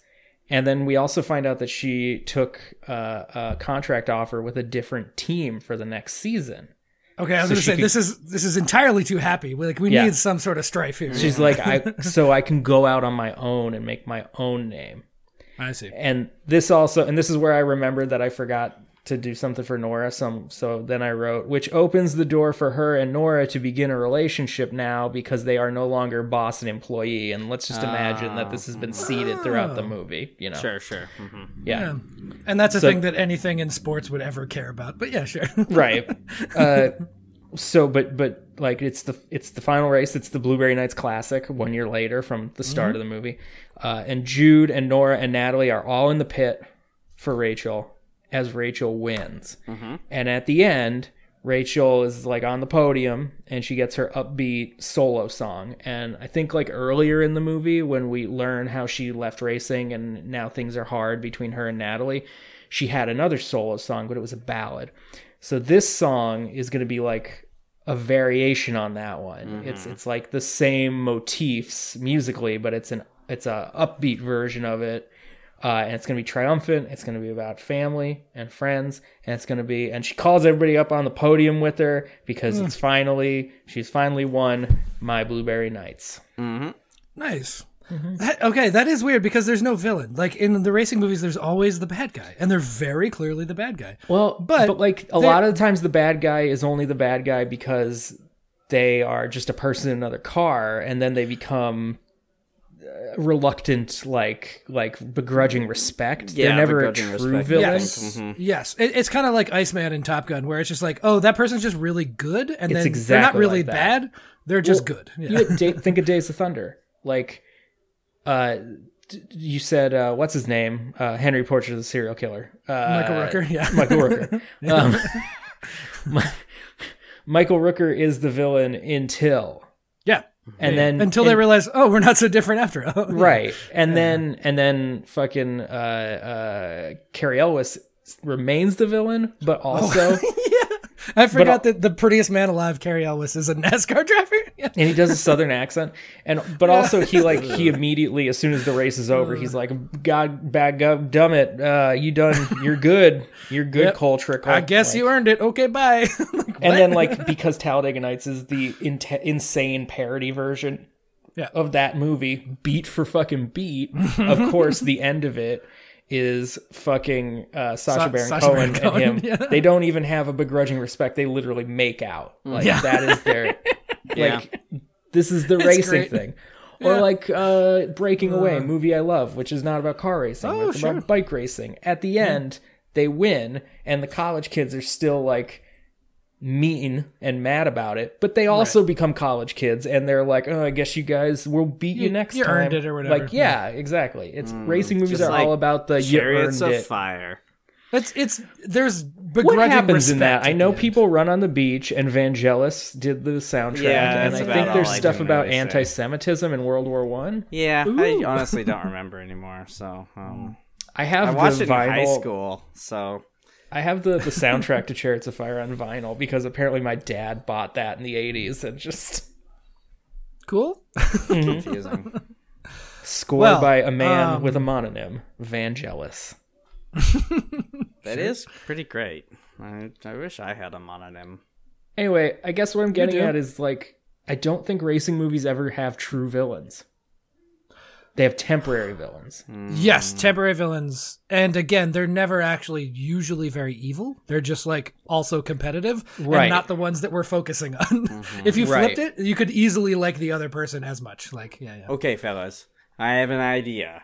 Speaker 1: And then we also find out that she took uh, a contract offer with a different team for the next season.
Speaker 2: Okay, I was
Speaker 1: So
Speaker 2: gonna
Speaker 1: she
Speaker 2: say
Speaker 1: could-
Speaker 2: this is this is entirely too happy. We- Like we
Speaker 1: Yeah.
Speaker 2: need some sort of strife here.
Speaker 1: She's like, "I so I can go out on my own and make my own name."
Speaker 2: I see.
Speaker 1: and this also and this is where i remembered that i forgot to do something for nora some so then i wrote which opens the door for her and nora to begin a relationship now because they are no longer boss and employee and let's just imagine that this has been seeded throughout the movie you know
Speaker 4: Sure, sure.
Speaker 3: Mm-hmm.
Speaker 4: hmm
Speaker 1: yeah,
Speaker 2: Yeah. Um, And that's a
Speaker 1: So-
Speaker 2: thing that anything in sports would ever care about. But yeah, sure.
Speaker 1: right uh so but but like it's the it's the final race it's the blueberry nights classic one year later from the start of the movie uh and jude and nora and natalie are all in the pit for rachel as rachel wins and at the end rachel is like on the podium and she gets her upbeat solo song and i think like earlier in the movie when we learn how she left racing and now things are hard between her and natalie she had another solo song but it was a ballad so this song is going to be like a variation on that one. It's it's like the same motifs musically, but it's an it's a upbeat version of it. Uh, and it's going to be triumphant. It's going to be about family and friends. And it's going to be, and she calls everybody up on the podium with her because it's finally, she's finally won my Blueberry Nights.
Speaker 2: nice.
Speaker 1: Mm-hmm.
Speaker 2: That- okay, that is weird because there's no villain. Like in the racing movies, there's always the bad guy, and they're very clearly the bad guy.
Speaker 1: Well, but,
Speaker 2: but
Speaker 1: like a
Speaker 2: they-
Speaker 1: lot of the times, the bad guy is only the bad guy because they are just a person in another car, and then they become uh, reluctant, like like begrudging respect.
Speaker 3: Yeah,
Speaker 1: They're never a
Speaker 3: begrudging
Speaker 1: true
Speaker 3: respect, I
Speaker 1: villain.
Speaker 2: Yes,
Speaker 1: Mm-hmm.
Speaker 2: yes. It, it's kind of like Iceman and Top Gun, where it's just like, oh, that person's just really good, and then they're not
Speaker 1: exactly
Speaker 2: really
Speaker 1: like that.
Speaker 2: bad; they're just
Speaker 1: Well,
Speaker 2: good. Yeah.
Speaker 1: You had Da- think of Days of Thunder, like uh, d- you said, uh, what's his name? Uh, Henry Portrait of the Serial Killer. Uh,
Speaker 2: Michael Rooker, yeah.
Speaker 1: Michael Rooker. Um, Mi- Michael Rooker is the villain until.
Speaker 2: yeah.
Speaker 1: And then
Speaker 2: Until they
Speaker 1: and-
Speaker 2: realize, oh, we're not so different after all.
Speaker 1: right and then and then fucking uh uh carrie elwes remains the villain but also
Speaker 2: I forgot that the prettiest man alive, Carrie Elwes, is a NASCAR driver. Yeah.
Speaker 1: and he does a southern accent and but also he like he immediately as soon as the race is over he's like god bad up dumb it uh you done you're good you're good cole trickle
Speaker 2: I guess
Speaker 1: Like,
Speaker 2: you earned it. Okay, bye. Like,
Speaker 1: and
Speaker 2: what?
Speaker 1: then like because talladega nights is the in- insane parody version
Speaker 2: Yeah.
Speaker 1: of that movie beat for fucking beat of course the end of it is fucking uh, Sasha
Speaker 2: Sa-
Speaker 1: Baron
Speaker 2: Sacha
Speaker 1: Cohen,
Speaker 2: Baron Cohen,
Speaker 1: and him.
Speaker 2: yeah.
Speaker 1: They don't even have a begrudging respect. They literally make out. Like
Speaker 2: Yeah.
Speaker 1: that is their
Speaker 4: Yeah.
Speaker 1: like this is the racing
Speaker 2: great.
Speaker 1: thing. Or like uh, Breaking Away, a movie I love, which is not about car racing, but it's
Speaker 2: sure.
Speaker 1: about bike racing. At the end, they win, and the college kids are still like mean and mad about it, but they also become college kids, and they're like, "Oh, I guess you guys will beat you,
Speaker 2: You-
Speaker 1: next
Speaker 2: you
Speaker 1: time."
Speaker 2: earned it or whatever.
Speaker 1: Like, yeah, exactly. It's racing movies
Speaker 4: just
Speaker 1: are
Speaker 4: like
Speaker 1: all about the you
Speaker 4: Chariots
Speaker 1: earned
Speaker 4: of
Speaker 1: it.
Speaker 4: Fire.
Speaker 2: it's it's there's begrudging
Speaker 1: What happens in
Speaker 2: respect
Speaker 1: that? I
Speaker 2: at
Speaker 1: know
Speaker 2: the end.
Speaker 1: people run on the beach, and Vangelis did the soundtrack,
Speaker 3: Yeah,
Speaker 1: and I
Speaker 3: that's
Speaker 1: think
Speaker 3: about
Speaker 1: there's
Speaker 3: all I
Speaker 1: stuff
Speaker 3: can
Speaker 1: about
Speaker 3: really say.
Speaker 1: anti-Semitism in World War One.
Speaker 3: Yeah, I honestly don't remember anymore. So um,
Speaker 1: I Mm. have
Speaker 3: I watched
Speaker 1: the
Speaker 3: it in
Speaker 1: vinyl.
Speaker 3: high school, so
Speaker 1: I have the, the soundtrack to Chariots of Fire on vinyl because apparently my dad bought that in the 80s and just
Speaker 2: Cool.
Speaker 1: Mm-hmm.
Speaker 3: confusing.
Speaker 1: scored
Speaker 2: Well,
Speaker 1: by a man
Speaker 3: um,
Speaker 1: with a mononym, Vangelis.
Speaker 3: that is pretty great. I, I wish I had a mononym.
Speaker 1: Anyway, I guess what I'm getting
Speaker 2: do.
Speaker 1: at is like I don't think racing movies ever have true villains. They have temporary villains.
Speaker 2: Yes, temporary villains. And again, they're never actually usually very evil. They're just like also competitive
Speaker 1: Right.
Speaker 2: and not the ones that we're focusing on. if you flipped
Speaker 1: Right.
Speaker 2: it, you could easily like the other person as much. Like, yeah, yeah.
Speaker 3: Okay, fellas, I have an idea.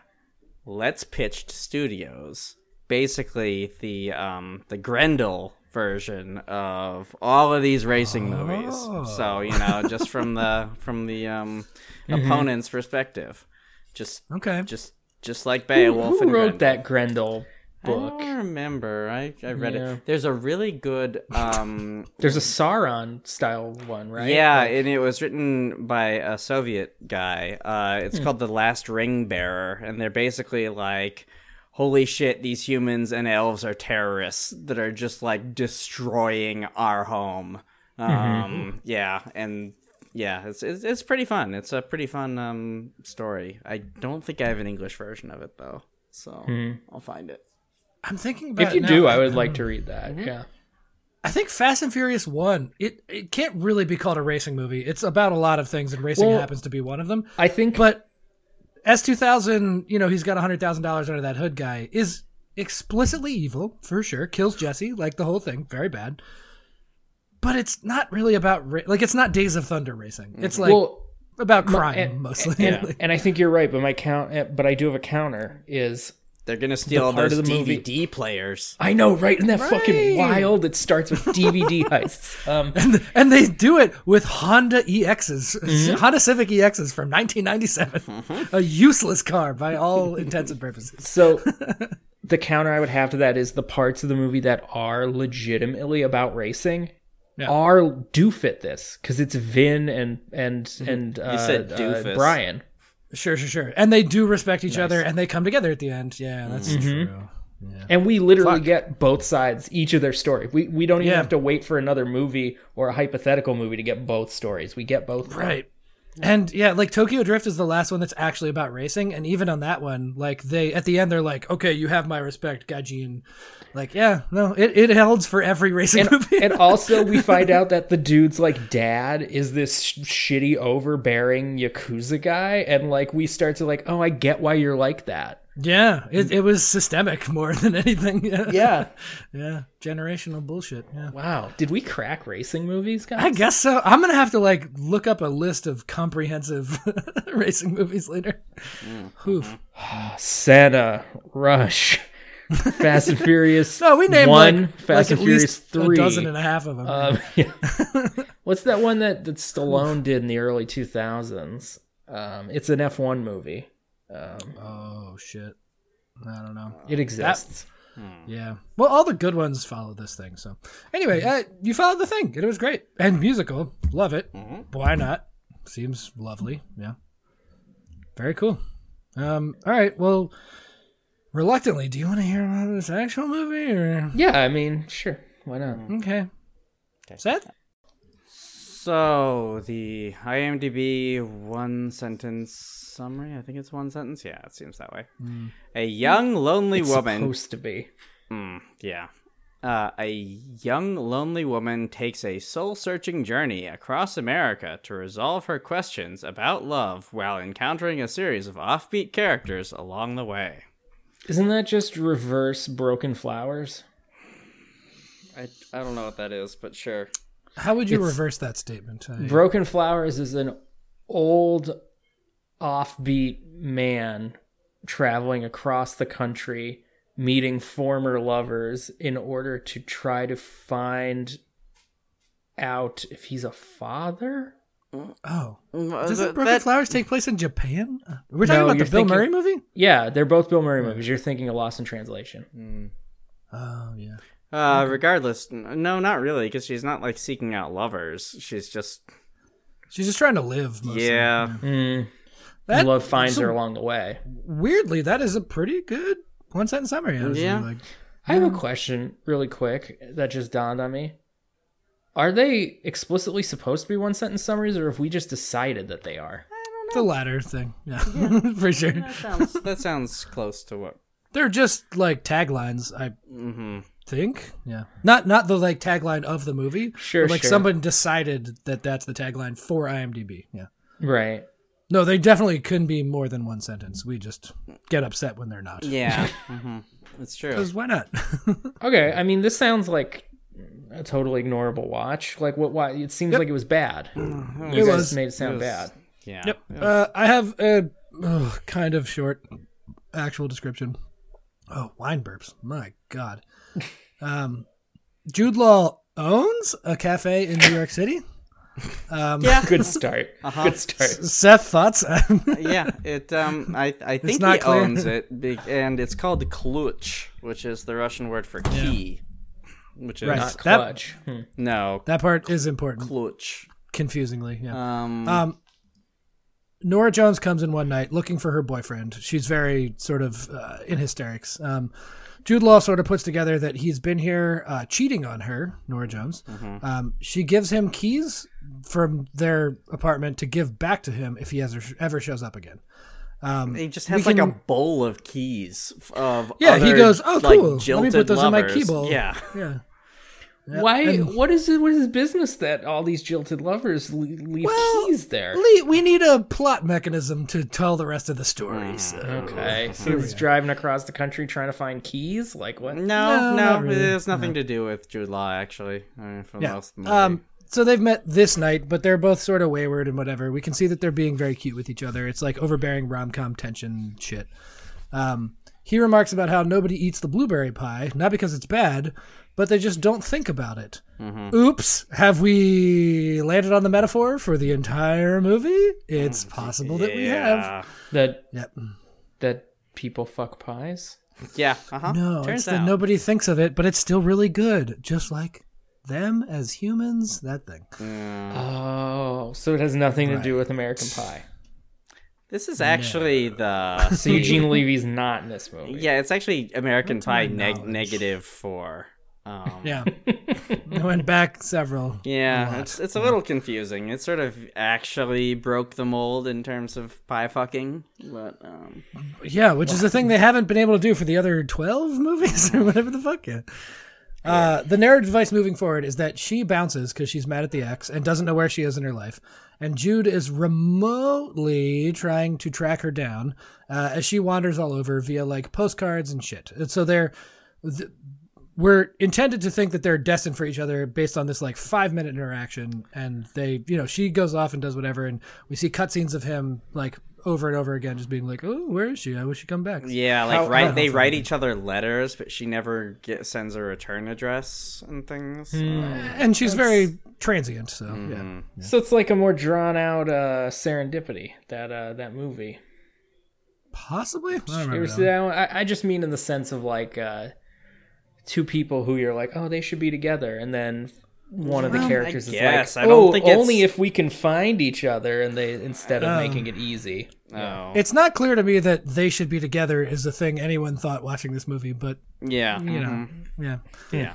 Speaker 3: Let's pitch to studios basically the um the Grendel version of all of these racing movies.
Speaker 1: Oh.
Speaker 3: So you know, just from the from the um
Speaker 1: Mm-hmm.
Speaker 3: opponent's perspective, just
Speaker 2: Okay.
Speaker 3: just just like Beowulf
Speaker 1: Who
Speaker 3: and
Speaker 1: wrote
Speaker 3: Grendel.
Speaker 1: that Grendel
Speaker 3: I
Speaker 1: book?
Speaker 3: don't remember. I, I read
Speaker 1: Yeah.
Speaker 3: it. There's a really good um
Speaker 1: There's a Sauron style one, right?
Speaker 3: Yeah, and it was written by a Soviet guy. Uh,
Speaker 1: Hmm.
Speaker 3: it's called The Last Ring Bearer, and they're basically like, holy shit, these humans and elves are terrorists that are just like destroying our home.
Speaker 1: Mm-hmm.
Speaker 3: Um, Yeah, and yeah, it's, it's it's pretty fun. It's a pretty fun um, story. I don't think I have an English version of it though, so
Speaker 1: Hmm.
Speaker 3: I'll find it.
Speaker 2: I'm thinking about
Speaker 1: If you
Speaker 2: it
Speaker 1: do,
Speaker 2: now.
Speaker 1: I would like to read that.
Speaker 2: Mm-hmm.
Speaker 1: Yeah.
Speaker 2: I think Fast and Furious One. It it can't really be called a racing movie. It's about a lot of things, and racing
Speaker 1: Well-
Speaker 2: happens to be one of them.
Speaker 1: I think
Speaker 2: But S two thousand, you know, he's got hundred thousand dollars under that hood guy is explicitly evil for sure. Kills Jesse, like the whole thing, very bad. But it's not really about ra- like it's not Days of Thunder racing. It's like
Speaker 1: well,
Speaker 2: about crime
Speaker 1: and-
Speaker 2: mostly.
Speaker 1: and, and I think you're right, but my count eh, but I do have a counter is
Speaker 3: They're gonna steal
Speaker 1: part
Speaker 3: those
Speaker 1: of the
Speaker 3: DVD
Speaker 1: movie-
Speaker 3: players.
Speaker 1: I know, right? Isn't that fucking
Speaker 2: Right.
Speaker 1: wild? It starts with DVD heists. Um,
Speaker 2: and, and they do it with Honda EXs, Honda Civic EXs from 1997, a useless car by all intents and purposes.
Speaker 1: so the counter I would have to that is the parts of the movie that are legitimately about racing
Speaker 2: Yeah.
Speaker 1: are do fit this because it's Vin and and
Speaker 2: Mm-hmm.
Speaker 1: and uh,
Speaker 3: said
Speaker 1: uh,
Speaker 3: doofus.
Speaker 1: Brian.
Speaker 2: Sure, sure, sure. And they do respect each other, and they come together at the end. Yeah, that's true.
Speaker 1: And we literally get both sides, each of their story. We we don't even
Speaker 2: Yeah.
Speaker 1: have to wait for another movie or a hypothetical movie to get both stories. We get both.
Speaker 2: Right. And yeah, like Tokyo Drift is the last one that's actually about racing, and even on that one, like they at the end they're like, "Okay, you have my respect, Gajin." Like, yeah, no, it it holds for every racing movie.
Speaker 1: and also we find out that the dude's like dad is this sh- shitty overbearing yakuza guy and like we start to like oh i get why you're like that
Speaker 2: yeah, it, it was systemic more than anything. Yeah.
Speaker 1: yeah
Speaker 2: yeah, generational bullshit. Yeah.
Speaker 1: wow did we crack racing movies guys
Speaker 2: I guess so. I'm gonna have to like look up a list of comprehensive racing movies later.
Speaker 1: Mm-hmm.
Speaker 2: Oof.
Speaker 1: senna rush fast and furious
Speaker 2: No, we named
Speaker 1: one
Speaker 2: like,
Speaker 1: fast
Speaker 2: like
Speaker 1: and
Speaker 2: at
Speaker 1: furious
Speaker 2: least
Speaker 1: three
Speaker 2: a dozen and a half of them.
Speaker 1: Um, yeah. what's that one that that stallone did in the early 2000s um it's an f1 movie
Speaker 2: oh shit! I don't know.
Speaker 1: it exists
Speaker 2: Yeah. Well, all the good ones follow this thing. So, anyway, uh, you followed the thing. It was great and musical. Love it. Why not? Seems lovely. Yeah. Very cool. Um. All right. Well, reluctantly, do you want to hear about this actual movie or?
Speaker 1: yeah i mean sure why not
Speaker 2: Okay. Seth?
Speaker 3: So the IMDb one sentence summary. I think it's one sentence. Yeah, it seems that way. A young lonely woman.
Speaker 1: supposed to be
Speaker 3: Mm, yeah. Uh, a young lonely woman takes a soul-searching journey across America to resolve her questions about love while encountering a series of offbeat characters along the way.
Speaker 1: Isn't that just reverse broken flowers?
Speaker 3: I, I don't know what that is, but sure.
Speaker 2: How would you reverse that statement? I-
Speaker 1: Broken flowers is an old offbeat man traveling across the country meeting former lovers in order to try to find out if he's a father?
Speaker 2: oh.
Speaker 1: Mm,
Speaker 3: That,
Speaker 2: Doesn't Broken Flowers take place in Japan? Uh, We're talking
Speaker 1: uh, No,
Speaker 2: about the
Speaker 1: you're
Speaker 2: Bill
Speaker 1: thinking-
Speaker 2: Murray movie?
Speaker 1: Yeah, they're both Bill Murray movies. You're thinking of Lost in Translation.
Speaker 2: Mm. Oh, yeah.
Speaker 3: Uh, regardless, n- no, not really, because she's not like seeking out lovers. She's just
Speaker 2: She's just trying to live. Mostly.
Speaker 3: yeah.
Speaker 1: Mm,
Speaker 2: That-
Speaker 1: love finds
Speaker 2: so
Speaker 1: her along the way.
Speaker 2: Weirdly, that is a pretty good one sentence summary. Honestly.
Speaker 3: Yeah.
Speaker 2: Like,
Speaker 1: I have a question really quick that just dawned on me. Are they explicitly supposed to be one sentence summaries, or have we just decided that they are?
Speaker 2: the latter thing. Yeah, for sure.
Speaker 3: sounds that sounds close to what.
Speaker 2: They're just like taglines, I
Speaker 3: hmm
Speaker 2: think. Yeah. Not not the like tagline of the movie.
Speaker 1: Sure,
Speaker 2: but, like
Speaker 1: sure.
Speaker 2: someone decided that that's the tagline for IMDb. Yeah.
Speaker 1: Right.
Speaker 2: No, they definitely couldn't be more than one sentence. We just get upset when they're not.
Speaker 3: Yeah, hmm it's true.
Speaker 2: Because why not?
Speaker 1: Okay. I mean, this sounds like a totally ignorable watch. Like what? Why? It seems like it was bad. You guys
Speaker 2: was.
Speaker 1: made it sound
Speaker 3: It was-
Speaker 1: bad.
Speaker 3: Yeah.
Speaker 2: Uh, I have a ugh, kind of short actual description. Oh, wine burps. My God. Um, Jude Law owns a cafe in New York City. Um,
Speaker 3: Yeah.
Speaker 1: Good start.
Speaker 2: Uh-huh.
Speaker 1: Good start.
Speaker 2: Seth, thoughts?
Speaker 3: yeah, it. Um, I I think
Speaker 2: not
Speaker 3: he
Speaker 2: clear.
Speaker 3: owns it, be- and it's called kluch, which is the Russian word for key, which is
Speaker 2: Right.
Speaker 1: Not
Speaker 2: That-
Speaker 1: clutch. Hmm.
Speaker 3: no
Speaker 2: that part is important.
Speaker 3: kluch.
Speaker 2: Confusingly, yeah.
Speaker 3: Um,
Speaker 2: Um, Nora Jones comes in one night looking for her boyfriend. She's very sort of uh, in hysterics. Um, Jude Law sort of puts together that he's been here uh, cheating on her, Nora Jones. Um, she gives him keys from their apartment to give back to him if he ever, ever shows up again. Um,
Speaker 3: he just has like a bowl of keys f- of
Speaker 2: Yeah, he
Speaker 3: other,
Speaker 2: goes, "Oh,
Speaker 3: like,
Speaker 2: cool. Let me
Speaker 3: jilted
Speaker 2: put those in my key
Speaker 3: lovers."
Speaker 2: bowl.
Speaker 3: Yeah,
Speaker 2: Yeah.
Speaker 1: Why?
Speaker 2: and-
Speaker 1: what is it? What is his business that all these jilted lovers le- leave
Speaker 2: Well,
Speaker 1: keys there?
Speaker 2: Lee, we need a plot mechanism to tell the rest of the story. So.
Speaker 1: okay, so he's driving across the country trying to find keys. Like what?
Speaker 3: no,
Speaker 2: No, not
Speaker 3: no,
Speaker 2: really.
Speaker 3: it has nothing to do with Jude Law actually. I mean, for
Speaker 2: Yeah.
Speaker 3: most of the movie.
Speaker 2: Um, so they've met this night, but they're both sort of wayward and whatever. We can see that they're being very cute with each other. It's like overbearing rom com tension shit. Um, he remarks about how nobody eats the blueberry pie, not because it's bad, but they just don't think about it.
Speaker 3: Mm-hmm.
Speaker 2: Oops, have we landed on the metaphor for the entire movie? It's possible that we have.
Speaker 3: Mm, yeah,
Speaker 1: That
Speaker 2: Yep.
Speaker 1: that people fuck pies.
Speaker 3: yeah, uh-huh.
Speaker 2: No,
Speaker 3: Turns
Speaker 2: it's
Speaker 3: out.
Speaker 2: that nobody thinks of it, but it's still really good, just like them as humans, that thing.
Speaker 3: Mm.
Speaker 1: Oh, so it has nothing to do with American Pie.
Speaker 3: This is actually the
Speaker 1: So Eugene Levy's not in this movie.
Speaker 3: yeah. It's actually American Pie neg- negative four. Um,
Speaker 2: Yeah. I went back several.
Speaker 3: Yeah,
Speaker 2: lot.
Speaker 3: it's it's a little confusing. It sort of actually broke the mold in terms of pie fucking, but um,
Speaker 2: Yeah, which is a thing they haven't been able to do for the other 12 movies or whatever the fuck. Yeah. Uh, the narrative device moving forward is that she bounces because she's mad at the ex and doesn't know where she is in her life. And Jude is remotely trying to track her down uh, as she wanders all over via like postcards and shit. And so they're. th- we're intended to think that they're destined for each other based on this like five minute interaction and they you know she goes off and does whatever and we see cutscenes of him like over and over again just being like oh where is she i wish she'd come back
Speaker 3: yeah, like
Speaker 1: How-
Speaker 3: right,
Speaker 1: how-
Speaker 3: they write each other letters, but she never get, sends a return address and things. Um,
Speaker 2: and she's very transient so yeah
Speaker 1: So it's like a more drawn out uh, serendipity that uh, that movie.
Speaker 2: possibly I don't
Speaker 1: You
Speaker 2: remember
Speaker 1: ever
Speaker 2: that
Speaker 1: see that one? I, I just mean in the sense of like uh, two people who you're like, oh, they should be together, and then one of the characters
Speaker 3: guess.
Speaker 1: is like,
Speaker 3: I
Speaker 1: oh,
Speaker 3: don't think it's- Um,
Speaker 1: only if we can find each other, and they instead of making it easy.
Speaker 3: oh,
Speaker 2: it's not clear to me that they should be together is the thing anyone thought watching this movie but
Speaker 3: yeah, you know,
Speaker 2: yeah
Speaker 3: yeah,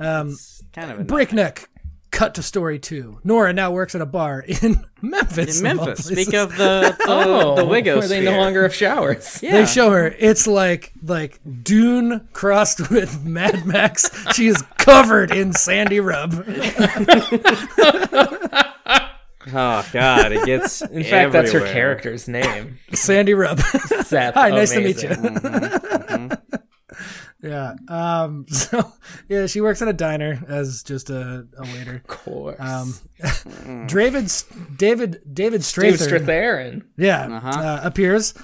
Speaker 2: um
Speaker 3: kind of a
Speaker 2: breakneck cut to story two nora now works at a bar in memphis
Speaker 3: in
Speaker 2: of all
Speaker 3: Memphis. Speak
Speaker 2: places.
Speaker 3: of the the,
Speaker 1: Oh.
Speaker 3: the Wiggos,
Speaker 1: where they no longer have showers.
Speaker 3: Yeah.
Speaker 2: They show her. It's like like Dune crossed with Mad Max. she is covered in sandy rub.
Speaker 3: Oh god, it gets.
Speaker 1: In fact, that's her character's name.
Speaker 2: sandy rub.
Speaker 1: Seth.
Speaker 2: Hi, nice to meet
Speaker 1: Amazing.
Speaker 2: you.
Speaker 3: Mm-hmm.
Speaker 2: yeah. Um. So yeah, she works at a diner as just a, a waiter.
Speaker 1: Of course.
Speaker 2: Um.
Speaker 3: Mm.
Speaker 2: David S- David David
Speaker 1: Dude,
Speaker 2: Strathairn.
Speaker 1: Strathairn.
Speaker 2: Yeah,
Speaker 3: Uh-huh.
Speaker 2: uh appears.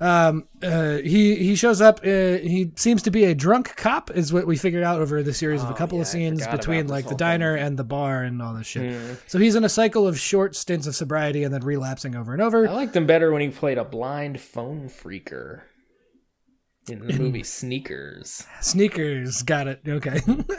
Speaker 2: Um, uh, he he shows up. Uh, he seems to be a drunk cop, is what we figured out over the series of a couple of scenes
Speaker 3: Oh, forgot
Speaker 2: between
Speaker 3: about
Speaker 2: like
Speaker 3: this
Speaker 2: the
Speaker 3: whole thing. Hmm.
Speaker 2: diner and the bar and all this shit. So he's in a cycle of short stints of sobriety and then relapsing over and over.
Speaker 1: I
Speaker 3: Oh.
Speaker 1: liked him better when he played a blind phone freaker in the movie Sneakers.
Speaker 2: Sneakers, got it. Okay.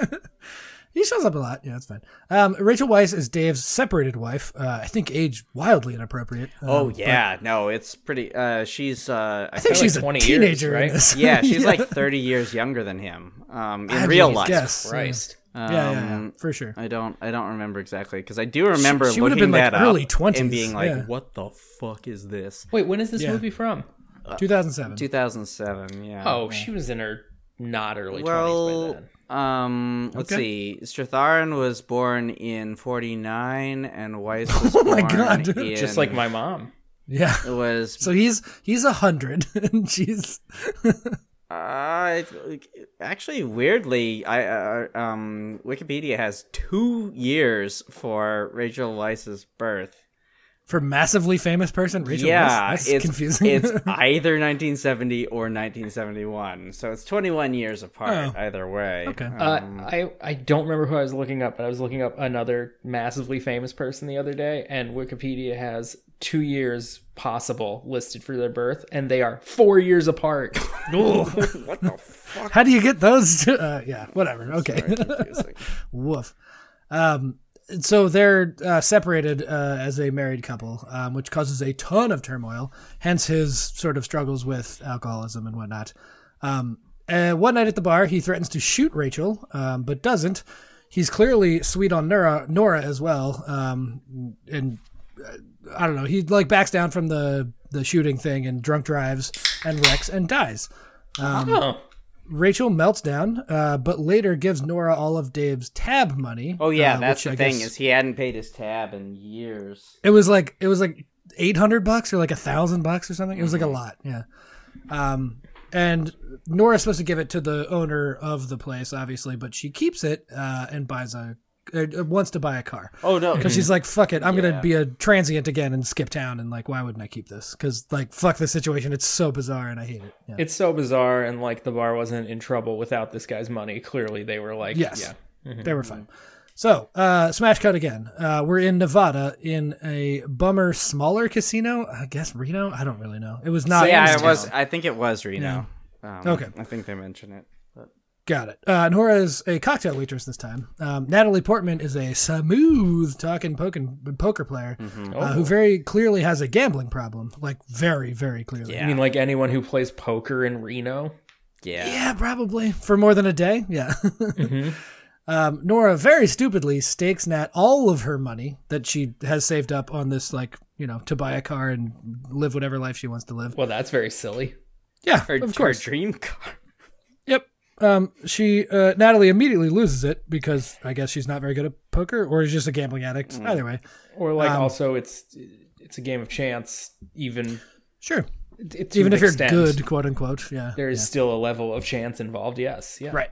Speaker 2: He shows up a lot. Yeah, that's fine. Um, Rachel Weisz is Dave's separated wife. Uh, I think age wildly inappropriate. Um,
Speaker 3: Oh
Speaker 2: but
Speaker 3: yeah, no, it's pretty. Uh, she's. Uh,
Speaker 2: I think
Speaker 1: Kinda like
Speaker 2: she's
Speaker 1: 20
Speaker 2: a
Speaker 1: years,
Speaker 2: teenager
Speaker 1: right?
Speaker 2: in this.
Speaker 3: yeah, she's like 30 years younger than him. Um, in
Speaker 2: I
Speaker 3: real
Speaker 2: would
Speaker 3: life.
Speaker 2: guess.
Speaker 1: Christ.
Speaker 2: Yeah, yeah, yeah, yeah,
Speaker 3: Um,
Speaker 2: for sure.
Speaker 3: I don't. I don't remember exactly because I do remember
Speaker 2: she would have
Speaker 3: looking
Speaker 2: been, like,
Speaker 3: that
Speaker 2: early
Speaker 3: up
Speaker 2: 20s,
Speaker 3: and being like,
Speaker 2: yeah.
Speaker 3: "What the fuck is this?"
Speaker 1: Wait, when is this
Speaker 2: Yeah.
Speaker 1: movie from?
Speaker 3: uh,
Speaker 2: 2007.
Speaker 3: 2007. Yeah.
Speaker 1: Oh, she was in her not early 20s
Speaker 3: Well,
Speaker 1: by then.
Speaker 3: um, let's
Speaker 2: Okay.
Speaker 3: see. Stratharan was born in 49, and Weiss was
Speaker 2: Oh my
Speaker 3: born
Speaker 2: God.
Speaker 3: in-
Speaker 1: Just like my mom.
Speaker 2: Yeah.
Speaker 3: was
Speaker 2: So he's he's a hundred, and she's
Speaker 3: Uh, actually, weirdly, I uh, um, Wikipedia has two years for Rachel Weisz's birth.
Speaker 2: for massively famous person. Rachel
Speaker 3: yeah,
Speaker 2: Weisz? That's
Speaker 3: it's
Speaker 2: confusing.
Speaker 3: it's either 1970 or 1971, so it's 21 years
Speaker 2: Oh.
Speaker 3: apart either way.
Speaker 2: Okay.
Speaker 1: Uh,
Speaker 3: Um,
Speaker 1: I I don't remember who I was looking up, but I was looking up another massively famous person the other day, and Wikipedia has two years possible listed for their birth, and they are four years apart.
Speaker 3: what the fuck?
Speaker 2: How do you get those? To, uh, yeah, whatever. Okay.
Speaker 3: Confusing.
Speaker 2: Woof. Um, so they're uh, separated uh, as a married couple, um, which causes a ton of turmoil. Hence his sort of struggles with alcoholism and whatnot. Um, uh, one night at the bar, he threatens to shoot Rachel, um, but doesn't. He's clearly sweet on Nora, Nora as well, um, and uh, I don't know. He like backs down from the the shooting thing and drunk drives and wrecks and dies. Um,
Speaker 1: oh,
Speaker 2: Rachel melts down, uh, but later gives Nora all of Dave's tab money.
Speaker 3: Oh yeah,
Speaker 2: uh,
Speaker 3: that's
Speaker 2: which
Speaker 3: the
Speaker 2: I
Speaker 3: thing
Speaker 2: guess-
Speaker 3: is he hadn't paid his tab in years.
Speaker 2: it was like it was like eight hundred bucks or like a thousand bucks or something. It was like a lot, yeah. Um, and Nora's supposed to give it to the owner of the place, obviously, but she keeps it uh, and buys a uh, wants to buy a car.
Speaker 3: Oh no,
Speaker 2: Because she's like, fuck it, I'm
Speaker 3: Yeah.
Speaker 2: gonna be a transient again and skip town, and like, why wouldn't I keep this? Because like, fuck the situation, it's so bizarre and I hate it. Yeah.
Speaker 1: it's so bizarre, and like the bar wasn't in trouble without this guy's money. Clearly, they were like,
Speaker 2: Yes.
Speaker 1: yeah.
Speaker 2: They were fine. So, uh, smash cut again. Uh, we're in Nevada in a bummer, smaller casino. I guess Reno. I don't really know. It was not.
Speaker 3: Oh, yeah,
Speaker 2: Ames
Speaker 3: it was.
Speaker 2: Town.
Speaker 3: I think it was Reno. Um,
Speaker 2: Okay.
Speaker 3: I think they mentioned it. But...
Speaker 2: Got it. Uh, Nora is a cocktail waitress this time. Um, Natalie Portman is a smooth talking pokin- poker player uh, who very clearly has a gambling problem. Like very, very clearly.
Speaker 1: I mean, like anyone who plays poker in Reno.
Speaker 3: Yeah.
Speaker 2: Yeah, probably for more than a day. Yeah. um, Nora very stupidly stakes Nat all of her money that she has saved up on this, like you know, to buy a car and live whatever life she wants to live.
Speaker 1: Well, that's very silly.
Speaker 2: Yeah,
Speaker 3: Her,
Speaker 2: of course.
Speaker 3: her dream car.
Speaker 2: Yep. Um, she uh, Natalie immediately loses it because I guess she's not very good at poker or is just a gambling addict.
Speaker 1: Mm.
Speaker 2: Either way,
Speaker 1: Or
Speaker 2: Um,
Speaker 1: like also, it's it's a game of chance. Even
Speaker 2: sure.
Speaker 1: to
Speaker 2: Even
Speaker 1: an
Speaker 2: if you're
Speaker 1: extent.
Speaker 2: good, quote unquote. Yeah.
Speaker 1: there is still a level of chance involved. Yes, yeah,
Speaker 2: Right.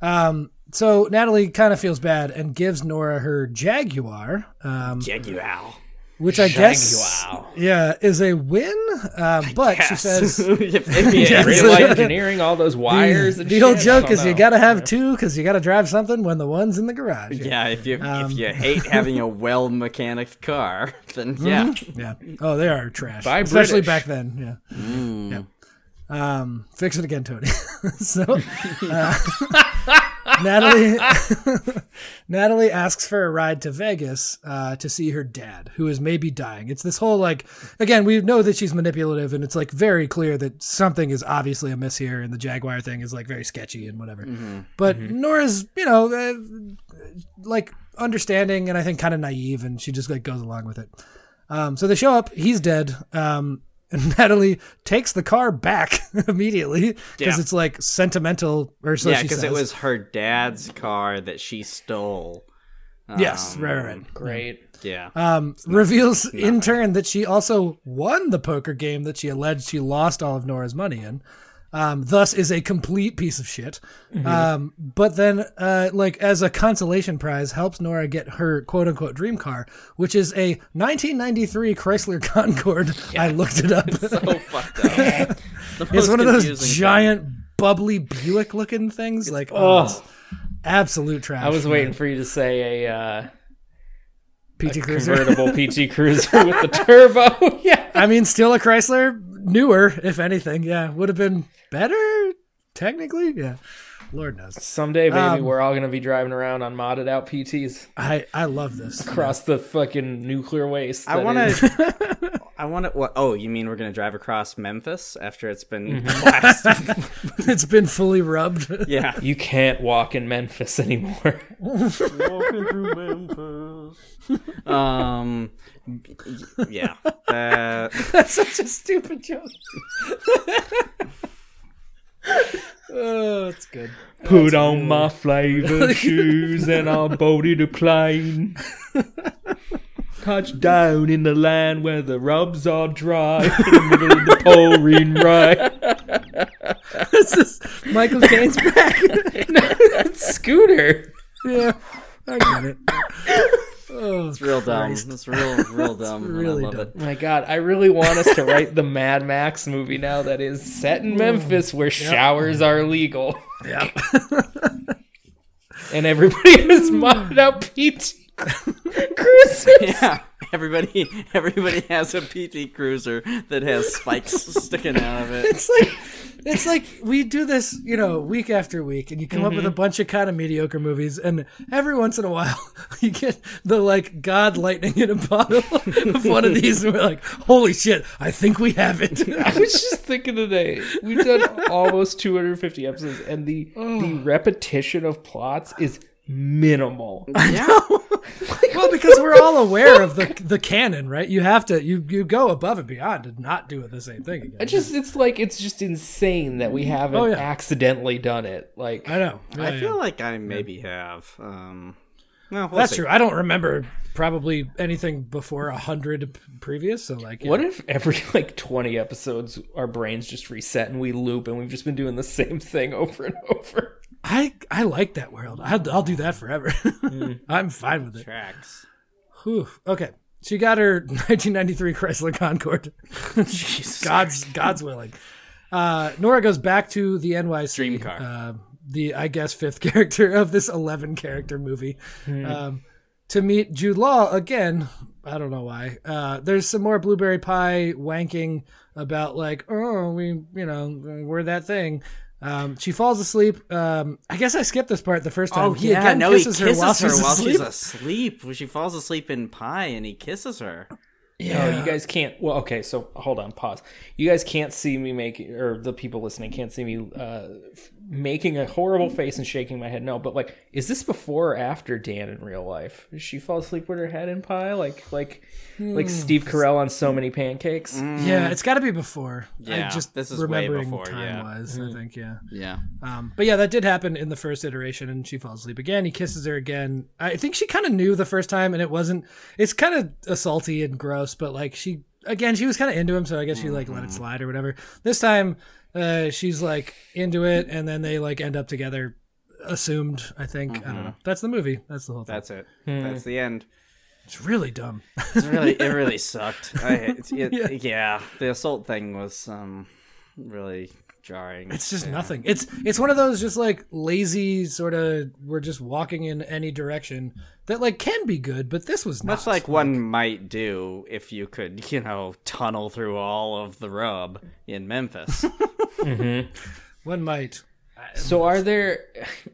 Speaker 2: Um, so Natalie kind of feels bad and gives Nora her Jaguar, um,
Speaker 3: Jaguar.
Speaker 2: which I guess yeah is a win. Um, but she says
Speaker 3: if, if you
Speaker 2: Yes.
Speaker 3: really
Speaker 1: real life engineering, all those wires. and
Speaker 2: the
Speaker 1: shit. Oh,
Speaker 2: old
Speaker 1: I
Speaker 2: joke
Speaker 1: don't
Speaker 2: is you
Speaker 1: know.
Speaker 2: gotta have two because you gotta drive something when the one's in the garage.
Speaker 3: Yeah, if you
Speaker 2: Um,
Speaker 3: if you hate having a well mechanicked car, then
Speaker 2: Mm-hmm.
Speaker 3: yeah,
Speaker 2: Yeah. Oh, they are trash.
Speaker 1: Buy
Speaker 2: Especially
Speaker 1: British. Mm.
Speaker 2: back then. Yeah. yeah. Um, fix it again, Tony. so, uh, Natalie, Natalie asks for a ride to Vegas uh, to see her dad, who is maybe dying. It's this whole like, again, we know that she's manipulative, and it's like very clear that something is obviously amiss here, and the Jaguar thing is like very sketchy and whatever.
Speaker 1: Mm-hmm.
Speaker 2: But
Speaker 3: Mm-hmm.
Speaker 2: Nora's, you know, uh, like understanding and I think kind of naive, and she just like goes along with it. Um, so they show up. He's dead. Um, and Natalie takes the car back immediately because
Speaker 3: Yeah.
Speaker 2: it's like sentimental, or so
Speaker 3: yeah,
Speaker 2: she
Speaker 3: because
Speaker 2: says.
Speaker 3: it was her dad's car that she stole.
Speaker 2: yes,
Speaker 3: Um,
Speaker 2: right, right, right.
Speaker 1: Great.
Speaker 3: Yeah,
Speaker 2: Um, reveals in turn that she also won the poker game that she alleged she lost all of Nora's money in. Um, thus is a complete piece of shit. Um, but then, uh, like as a consolation prize, helps Nora get her quote unquote dream car, which is a 1993 Chrysler Concorde. I looked it up.
Speaker 3: so fucked up. It's, the
Speaker 2: It's
Speaker 3: most
Speaker 2: one of those
Speaker 3: confusing thing.
Speaker 2: giant, bubbly Buick looking things. like, oh, it's absolute trash.
Speaker 1: I was waiting for you to say a uh,
Speaker 2: PT Cruiser.
Speaker 1: convertible PT Cruiser with the turbo. yeah.
Speaker 2: I mean, still a Chrysler, newer, if anything. Yeah, would have been better technically. Yeah. Lord knows.
Speaker 1: Someday, baby,
Speaker 2: Um,
Speaker 1: we're all gonna be driving around on modded out PTs
Speaker 2: I I love this.
Speaker 1: across the fucking nuclear waste.
Speaker 3: I
Speaker 1: that
Speaker 3: want
Speaker 1: is-
Speaker 3: to. I want to. What? Oh, you mean we're gonna drive across Memphis after it's been
Speaker 2: Mm-hmm.
Speaker 3: blasted?
Speaker 2: it's been fully rubbed.
Speaker 3: yeah.
Speaker 1: You can't walk in Memphis anymore.
Speaker 3: Um. y- y- Yeah. Uh,
Speaker 1: That's such a stupid joke.
Speaker 2: oh, it's good.
Speaker 1: Put on my flavor shoes and I'll body the plane. Touch down in the land where the rubs are dry, in the middle of the pouring rain.
Speaker 2: This is Michael Caine's back.
Speaker 1: That's Scooter.
Speaker 2: yeah, I get it. Oh,
Speaker 3: it's real dumb. It's real, real dumb. and
Speaker 2: really
Speaker 3: I love
Speaker 2: dumb.
Speaker 3: it.
Speaker 1: My God, I really want us to write the Mad Max movie now that is set in Memphis where showers are legal
Speaker 2: yeah.
Speaker 1: and everybody is modded up PT cruisers.
Speaker 3: Yeah. Everybody, everybody has a PT Cruiser that has spikes sticking out of it.
Speaker 2: It's like it's like we do this, you know, week after week, and you come up
Speaker 3: Mm-hmm.
Speaker 2: with a bunch of kind of mediocre movies, and every once in a while you get the like God lightning in a bottle of one of these, and we're like, holy shit, I think we have it.
Speaker 1: I was just thinking today, we've done almost 250 episodes, and the the repetition of plots is minimal.
Speaker 3: Yeah.
Speaker 2: well, because we're all aware of the the canon, right? You have to you you go above and beyond to not do the same thing again.
Speaker 1: It just it's like it's just insane that we haven't
Speaker 2: Oh, yeah.
Speaker 1: accidentally done it. Like
Speaker 2: I know.
Speaker 3: I
Speaker 2: Yeah,
Speaker 3: feel
Speaker 2: yeah.
Speaker 3: like I maybe have. Um, no, we'll
Speaker 2: that's
Speaker 3: see.
Speaker 2: true. I don't remember probably anything before a hundred p- previous. So like, yeah.
Speaker 1: what if every like 20 episodes our brains just reset and we loop and we've just been doing the same thing over and over?
Speaker 2: I I like that world. I'll, I'll do that forever. I'm fine with it.
Speaker 3: Tracks.
Speaker 2: Whew. Okay, she got her 1993 Chrysler Concorde. God's God's willing. Uh, Nora goes back to the NYC
Speaker 3: Dream car.
Speaker 2: Uh, the I guess fifth character of this 11 character movie.
Speaker 3: Hmm.
Speaker 2: Um, to meet Jude Law again. I don't know why. Uh, there's some more blueberry pie wanking about like, oh, we, you know, we're that thing. Um, she falls asleep. Um, I guess I skipped this part the first time.
Speaker 3: Oh yeah,
Speaker 2: again
Speaker 3: no, he kisses her while,
Speaker 2: she's asleep.
Speaker 3: she's asleep. She falls asleep in pie, and he kisses her.
Speaker 1: No, you guys can't. Well, okay, so hold on, pause. You guys can't see me making, or the people listening can't see me uh, f- making a horrible face and shaking my head. No, but like, is this before or after Dan in real life? Does she fall asleep with her head in pie, like like like Steve Carell on so many pancakes?
Speaker 2: Yeah, it's got to be before.
Speaker 3: Mm. Yeah,
Speaker 2: I just
Speaker 3: this is way
Speaker 2: remembering
Speaker 3: before, yeah. Mm-hmm.
Speaker 2: time wise. I think yeah.
Speaker 3: Yeah,
Speaker 2: Um, but yeah, that did happen in the first iteration, and she falls asleep again. He kisses her again. I think she kind of knew the first time, and it wasn't. It's kind of assaulty and gross, but like she again, she was kind of into him, so I guess she like
Speaker 3: Mm-hmm.
Speaker 2: let it slide or whatever. This time, uh, she's like into it, and then they like end up together. Assumed, I think. I don't know. That's the movie. That's the whole thing.
Speaker 3: Mm-hmm. that's
Speaker 2: Hmm.
Speaker 3: it. That's the end.
Speaker 2: it's really dumb.
Speaker 3: It's really, it really sucked. I, it's- it, yeah. the assault thing was um really jarring.
Speaker 2: It's just nothing. It's it's one of those just like lazy sort of we're just walking in any direction that like can be good, but this was not.
Speaker 3: much like one might do if you could, you know, tunnel through all of the rub in Memphis.
Speaker 2: Um, one might
Speaker 1: So are there?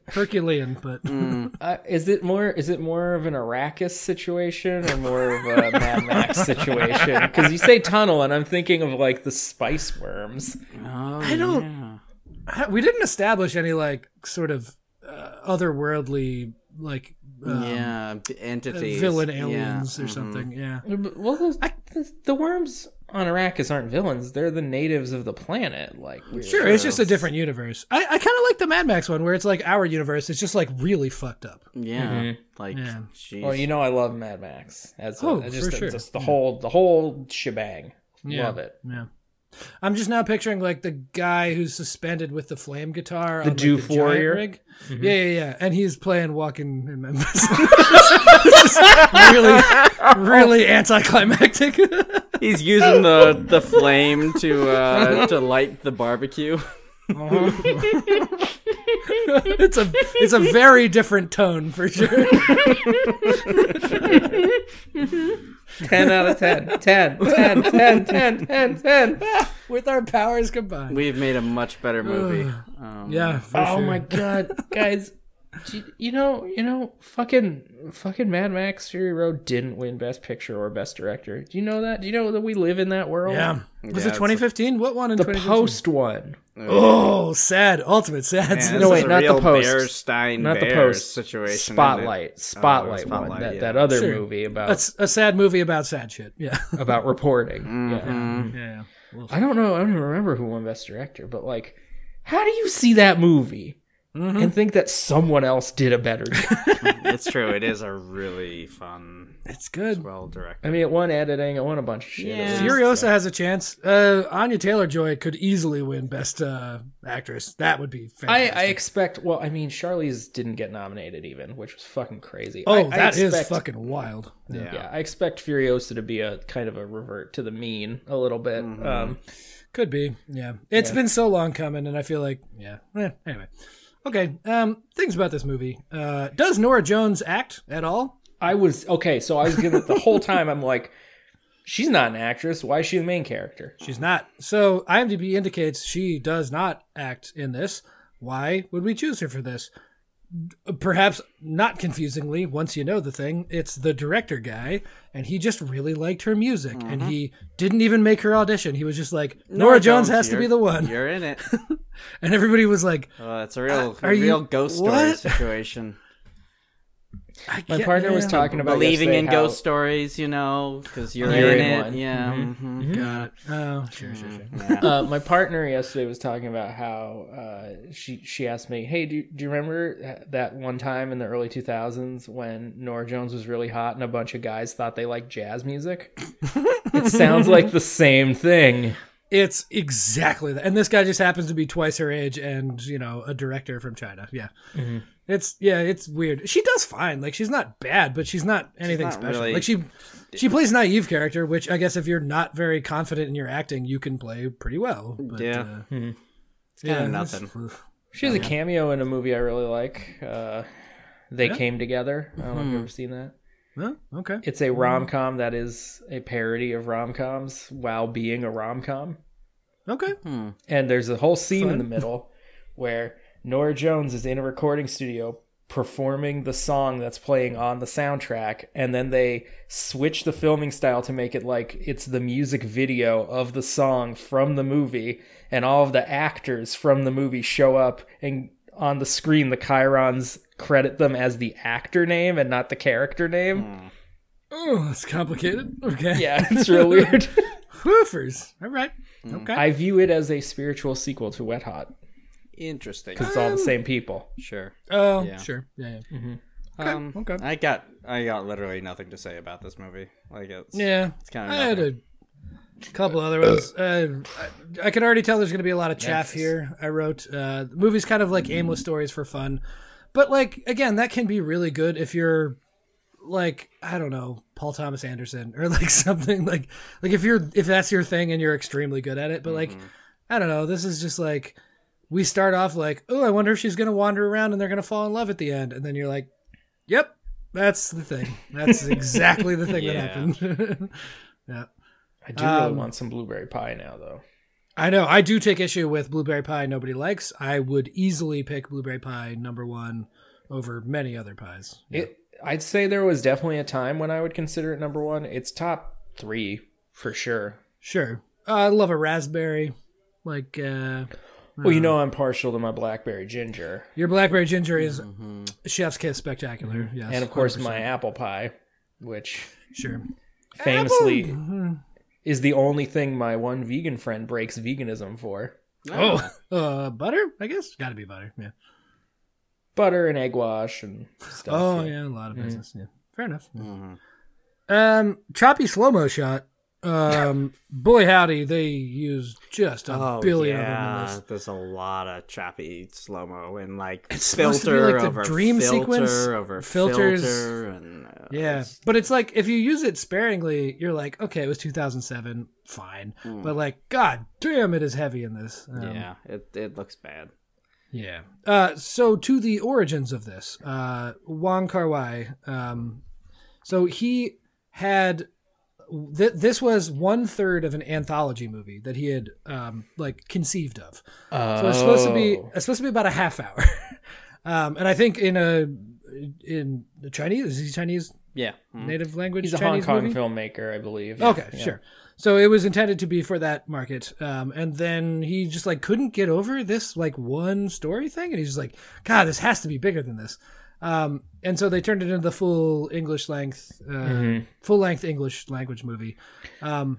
Speaker 2: Herculean, but
Speaker 3: Mm.
Speaker 1: Uh, is it more? Is it more of an Arrakis situation or more of a Mad Max situation? Because you say tunnel, and I'm thinking of like the spice worms.
Speaker 2: I don't. I- we didn't establish any like sort of uh, otherworldly like um, uh,
Speaker 3: yeah, b- entities,
Speaker 2: villain
Speaker 3: Yeah. Mm-hmm.
Speaker 2: aliens or something. Yeah,
Speaker 1: Well, those, the, the worms on Arrakis aren't villains. They're the natives of the planet. Like, we're-
Speaker 2: sure. It's just a different universe. I, I kind of like the Mad Max one where it's like our universe is just like really fucked up.
Speaker 3: Yeah,
Speaker 2: Mm-hmm.
Speaker 3: like
Speaker 2: Yeah.
Speaker 3: jeez.
Speaker 1: Mm-hmm. Well, you know, I love Mad Max. That's
Speaker 2: Oh,
Speaker 1: that's just,
Speaker 2: for sure.
Speaker 1: just the whole the whole shebang.
Speaker 2: Yeah.
Speaker 1: Love it.
Speaker 2: Yeah. I'm just now picturing like the guy who's suspended with the flame guitar, on, like,
Speaker 1: Doof
Speaker 2: giant
Speaker 1: Warrior?
Speaker 2: rig. Yeah, yeah, yeah, and he's playing "Walking in Memphis." It's just really, really anticlimactic.
Speaker 3: He's using the the flame to uh, to light the barbecue.
Speaker 2: it's a, it's a very different tone for sure.
Speaker 1: 10 out of 10. 10, 10, 10, 10, 10, 10.
Speaker 2: with our powers combined.
Speaker 3: We've made a much better movie. Um,
Speaker 2: yeah. For
Speaker 1: Oh
Speaker 2: sure.
Speaker 1: my god, guys. do you- You know, you know, fucking, fucking Mad Max Fury Road didn't win Best Picture or Best Director. Do you know that? Do you know that we live in that world?
Speaker 2: Yeah. Was
Speaker 3: Yeah,
Speaker 2: it
Speaker 3: it's-
Speaker 2: 2015? What one in
Speaker 1: The
Speaker 2: 2015?
Speaker 1: post one.
Speaker 2: Oh, sad. Ultimate sad.
Speaker 3: Man,
Speaker 2: sad.
Speaker 3: this
Speaker 1: No,
Speaker 3: is
Speaker 1: wait,
Speaker 3: a
Speaker 1: not the
Speaker 3: real
Speaker 1: post.
Speaker 3: Bear Stein
Speaker 1: Not the
Speaker 3: Bears
Speaker 1: post
Speaker 3: situation. isn't it?
Speaker 1: Spotlight, Spotlight, one.
Speaker 3: Spotlight,
Speaker 1: That
Speaker 3: yeah.
Speaker 1: that other
Speaker 2: Sure.
Speaker 1: movie about
Speaker 2: That's a sad movie about sad shit. Yeah.
Speaker 1: about reporting. Yeah.
Speaker 3: Mm-hmm.
Speaker 2: yeah. Well,
Speaker 1: I don't know. I don't even remember who won Best Director, but like, how do you see that movie
Speaker 2: Mm-hmm.
Speaker 1: and think that someone else did a better job?
Speaker 3: It's true. It is a really fun,
Speaker 2: it's good.
Speaker 3: well directed.
Speaker 1: I mean, it won editing, it won a bunch of shit.
Speaker 3: Yeah.
Speaker 2: Furiosa has a chance. Uh, Anya Taylor Joy could easily win Best uh, Actress. That would be
Speaker 1: I,
Speaker 2: fantastic.
Speaker 1: I expect. Well, I mean, Charlize didn't get nominated even, which was fucking crazy. I,
Speaker 2: oh,
Speaker 1: I
Speaker 2: that is
Speaker 1: expect-
Speaker 2: fucking wild.
Speaker 1: Yeah. I expect Furiosa to be a kind of a revert to the mean a little bit.
Speaker 2: Mm-hmm.
Speaker 1: Um,
Speaker 2: Could be. Yeah. it's been so long coming, and I feel like, yeah. Eh, anyway. Okay. Um, things about this movie. Uh, does Nora Jones act at all?
Speaker 1: I was okay, so I was giving the whole time. I'm like, she's not an actress. Why is she the main character?
Speaker 2: She's not. So IMDb indicates she does not act in this. Why would we choose her for this? Perhaps not confusingly, once you know the thing, it's the director guy, and he just really liked her music, and he didn't even make her audition. He was just like, Mm-hmm. Nora, Jones, has to
Speaker 3: you're-
Speaker 2: be the one.
Speaker 3: You're in it.
Speaker 2: And everybody was like,
Speaker 3: Oh, it's a real,
Speaker 1: Uh,
Speaker 2: are
Speaker 3: a real
Speaker 2: you-
Speaker 3: ghost story
Speaker 2: what?
Speaker 3: situation.
Speaker 2: I
Speaker 1: My
Speaker 2: get-
Speaker 1: partner was
Speaker 2: yeah.
Speaker 1: talking about
Speaker 3: Believing
Speaker 1: yesterday
Speaker 3: in
Speaker 1: how-
Speaker 3: ghost stories, you know, because you're,
Speaker 1: You're
Speaker 3: in,
Speaker 1: in
Speaker 3: it.
Speaker 1: one. Mm-hmm.
Speaker 3: Yeah. mhm.
Speaker 2: Got it. Oh, sure, sure, sure.
Speaker 1: uh, my partner yesterday was talking about how uh, she she asked me, "Hey, do, do you remember that one time in the early 2000s when Nora Jones was really hot and a bunch of guys thought they liked jazz music?" it sounds like the same thing.
Speaker 2: It's exactly that. And this guy just happens to be twice her age and, you know, a director from China. Yeah.
Speaker 1: Mm-hmm.
Speaker 2: It's yeah, it's weird. She does fine. Like she's not bad, but she's not anything
Speaker 3: not
Speaker 2: special.
Speaker 3: really-
Speaker 2: Like she she plays naive character, which I guess if you're not very confident in your acting, you can play pretty well. But,
Speaker 3: Yeah.
Speaker 2: uh,
Speaker 1: Mm-hmm.
Speaker 3: It's kind
Speaker 2: yeah,
Speaker 3: of
Speaker 2: it's- uh,
Speaker 3: nothing.
Speaker 1: She has a cameo in a movie I really like. Uh, they came together. I don't know if you've ever seen that.
Speaker 2: No? Okay.
Speaker 1: It's a rom com that is a parody of rom coms while being a rom com.
Speaker 2: Okay.
Speaker 1: And there's a whole scene in the middle where Nora Jones is in a recording studio performing the song that's playing on the soundtrack. And then they switch the filming style to make it like it's the music video of the song from the movie. And all of the actors from the movie show up and on the screen, the Chirons credit them as the actor name and not the character name.
Speaker 3: Hmm.
Speaker 2: Oh, that's complicated. Okay.
Speaker 1: Yeah, it's real weird.
Speaker 2: Woofers. All right.
Speaker 3: Mm.
Speaker 2: Okay.
Speaker 1: I view it as a spiritual sequel to Wet Hot
Speaker 3: Interesting.
Speaker 1: because it's all the same people.
Speaker 3: Sure.
Speaker 2: oh,
Speaker 3: yeah.
Speaker 2: sure. Yeah, yeah.
Speaker 1: Mm-hmm.
Speaker 3: um,
Speaker 2: okay.
Speaker 3: I got, I got literally nothing to say about this movie. Like it's,
Speaker 2: Yeah,
Speaker 3: it's kind
Speaker 2: I had
Speaker 3: of.
Speaker 2: a couple other ones. Uh, I, I can already tell there's going to be a lot of chaff here. I wrote uh, the movie's kind of like aimless stories for fun, but like again, that can be really good if you're like I don't know Paul Thomas Anderson or like something like like if you're if that's your thing and you're extremely good at it. But like I don't know, this is just like we start off like oh I wonder if she's going to wander around and they're going to fall in love at the end, and then you're like, yep. That's the thing. That's exactly the thing
Speaker 3: Yeah.
Speaker 2: that happened.
Speaker 1: I do really
Speaker 2: Um,
Speaker 1: want some blueberry pie now, though.
Speaker 2: I know. I do take issue with blueberry pie nobody likes. I would easily pick blueberry pie number one over many other pies.
Speaker 1: It, I'd say there was definitely a time when I would consider it number one. It's top three for sure.
Speaker 2: Sure. Uh, I love a raspberry. Like uh,
Speaker 1: Well, you know I'm partial to my blackberry ginger,
Speaker 2: your blackberry ginger is
Speaker 3: Mm-hmm,
Speaker 2: chef's kiss spectacular. Yes.
Speaker 1: Mm-hmm. and of course
Speaker 2: 100%.
Speaker 1: my apple pie, which
Speaker 2: Sure. Mm-hmm.
Speaker 1: famously is the only thing my one vegan friend breaks veganism for.
Speaker 2: Oh. Uh, butter, I guess. Got to be butter. Yeah.
Speaker 1: Butter and egg wash and stuff.
Speaker 2: Oh yeah, a lot of
Speaker 1: Mm-hmm.
Speaker 2: business. Yeah, fair enough.
Speaker 3: mm-hmm.
Speaker 2: Um, choppy slow mo shot. Um, boy howdy, they used just a
Speaker 3: Oh,
Speaker 2: billion
Speaker 3: yeah.
Speaker 2: of them in this.
Speaker 3: There's a lot of choppy slow mo and like
Speaker 2: It's supposed to be,
Speaker 3: filter
Speaker 2: like, the
Speaker 3: over
Speaker 2: dream
Speaker 3: filter
Speaker 2: sequence,
Speaker 3: over
Speaker 2: filters.
Speaker 3: filter and uh,
Speaker 2: Yeah,
Speaker 3: it's-
Speaker 2: but it's like if you use it sparingly, you're like, okay, it was 2007, fine.
Speaker 1: Hmm.
Speaker 2: But like, god damn, it is heavy in this. Um,
Speaker 3: yeah. It it looks bad.
Speaker 2: yeah. Uh, so to the origins of this, uh, Wong Kar Wai. Um, so he had th- this was one third of an anthology movie that he had um, like conceived of.
Speaker 1: Oh.
Speaker 2: So it's supposed to be it's supposed to be about a half hour. um, and I think in a in the Chinese is he Chinese
Speaker 3: Yeah. Mhm.
Speaker 2: native language?
Speaker 1: Hmm. He's a Hong
Speaker 2: Chinese
Speaker 1: Kong
Speaker 2: movie?
Speaker 1: filmmaker, I believe.
Speaker 2: Okay,
Speaker 1: Yeah.
Speaker 2: sure. So it was intended to be for that market, um, and then he just like couldn't get over this like one story thing, and he's just like, "God, this has to be bigger than this." Um, and so they turned it into the full English length, uh,
Speaker 1: Mm-hmm.
Speaker 2: full length English language movie. Um,